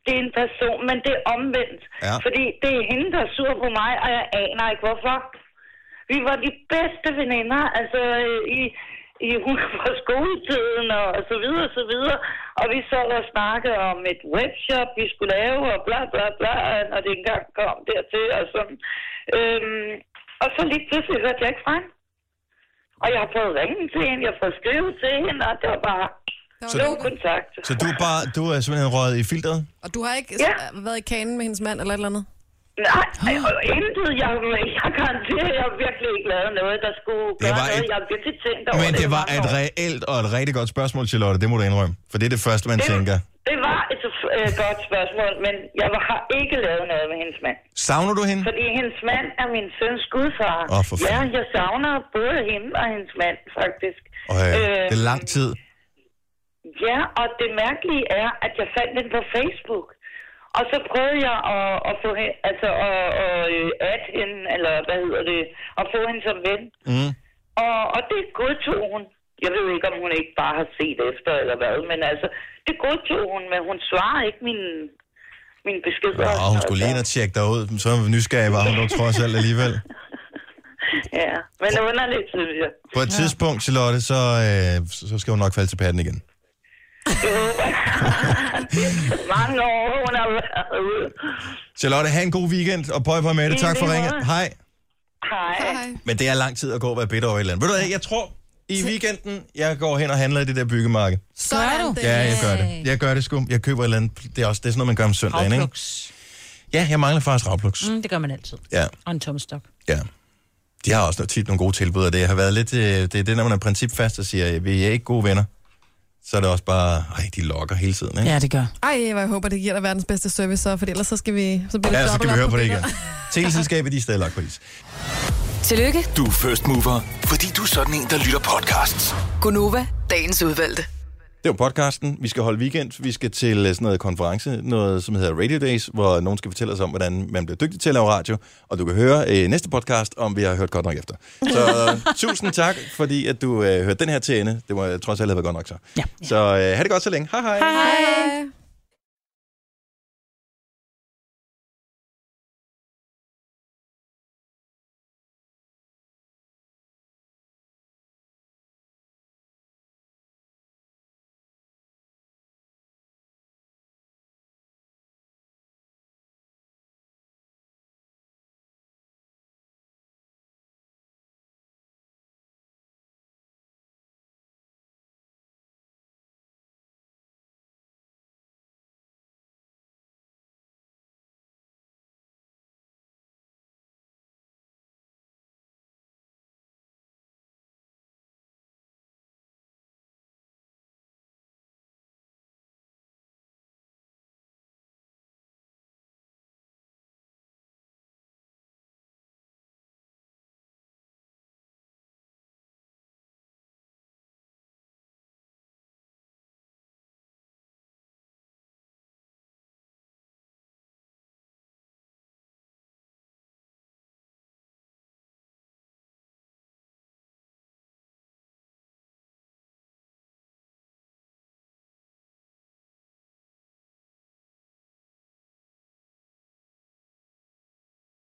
Speaker 13: det er en person, men det er omvendt.
Speaker 1: Ja.
Speaker 13: Fordi det er hende, der er sur på mig, og jeg aner ikke hvorfor. Vi var de bedste veninder, altså øh, i, i fra skoletiden og, og så videre og så videre. Og vi sad og snakkede om et webshop, vi skulle lave, og bla bla bla, når det engang kom dertil og sådan. Øhm, og så lige pludselig hørte jeg ikke fra hende. Og jeg har fået ringe til hende, jeg har fået skrevet til hende, og det var bare...
Speaker 1: Så-
Speaker 13: Så, kontakt.
Speaker 1: Så du er, bare, du er simpelthen røget i filteret?
Speaker 4: Og du har ikke ja. været i kanen med hendes mand eller et eller andet?
Speaker 13: Nej, og intet. Jeg, jeg garanterer, at jeg virkelig ikke lavede noget, der skulle gøre
Speaker 1: var
Speaker 13: noget.
Speaker 1: et-
Speaker 13: Jeg har virkelig tænkt over
Speaker 1: Men
Speaker 13: det.
Speaker 1: det var et reelt og et rigtig godt spørgsmål, Charlotte. Det må du indrømme. For det er det første, man
Speaker 13: Det-
Speaker 1: tænker.
Speaker 13: Det var et øh, godt spørgsmål, men jeg har ikke lavet noget med hendes mand.
Speaker 1: Savner du hende?
Speaker 13: Fordi hendes mand er min søns gudfar.
Speaker 1: Åh, for
Speaker 13: ja,
Speaker 1: fanden.
Speaker 13: jeg savner både hende og hendes mand, faktisk.
Speaker 1: Og, øh,
Speaker 13: Øh,
Speaker 1: det er lang tid.
Speaker 13: Ja, og det mærkelige er, at jeg fandt den på Facebook. Og så prøvede jeg at, at få hende, altså at, at, at hende, eller hvad hedder det, at få hende som ven.
Speaker 1: Mm.
Speaker 13: Og, og det godtog hun. Jeg ved ikke, om hun ikke bare har set efter eller hvad, men altså, det godtog hun, men hun svarer ikke min, min besked.
Speaker 1: Nå, hun skulle lige ind og tjekke dig ud. Så nysgerrig var hun dog trods alt alligevel.
Speaker 13: Ja, men underligt, synes jeg.
Speaker 1: På et tidspunkt, Charlotte, så, øh, så skal hun nok falde til patten igen.
Speaker 13: Det håber jeg. Mange år, hun har været ude.
Speaker 1: Charlotte, have en god weekend, og pøj på med det.
Speaker 13: I
Speaker 1: Tak for
Speaker 13: lige
Speaker 1: ringet.
Speaker 13: måde.
Speaker 1: Hej.
Speaker 13: Hej. Hej.
Speaker 1: Men det er lang tid at gå og være bitter over et eller andet. Ved du hvad, jeg tror, i weekenden, jeg går hen og handler i det der byggemarked.
Speaker 4: Så er du.
Speaker 1: Ja, jeg gør det. Jeg gør det sgu. Jeg køber et eller andet. Det er, også, det er sådan noget, man gør om søndagen, ikke?
Speaker 2: Havpluks.
Speaker 1: Ja, jeg mangler faktisk ravpluks.
Speaker 2: Mm, det gør man altid.
Speaker 1: Ja,
Speaker 2: Og en tomstok.
Speaker 1: ja. De har også noget- tit nogle gode tilbud, og det har været lidt... øh, Det er det, når man er principfast og siger, at vi er ikke gode venner. Så er det også bare, ej, de lokker hele tiden, ikke?
Speaker 3: Ja, det gør.
Speaker 4: Ej, hvor jeg håber, det giver dig verdens bedste service, så, for ellers så skal vi... Så bliver det
Speaker 1: Ja, så
Speaker 4: dobbelt
Speaker 1: skal vi
Speaker 4: op
Speaker 1: høre på det
Speaker 4: billedet.
Speaker 1: igen. Teleselskabet, de er stadig lagt pris.
Speaker 5: Tillykke,
Speaker 6: Du er first mover, fordi du er sådan en, der lytter podcasts.
Speaker 5: Gunova, dagens udvalgte.
Speaker 1: Det var podcasten. Vi skal holde weekend. Vi skal til øh, sådan noget konference, noget som hedder Radio Days, hvor nogen skal fortælle os om, hvordan man bliver dygtig til at lave radio. Og du kan høre øh, næste podcast, om vi har hørt godt nok efter. Så øh, tusind tak, fordi at du øh, hørte den her til ende. Det var trods alt have været godt nok så. Ja. Så øh, have det godt så længe. Hej hej.
Speaker 4: Hej.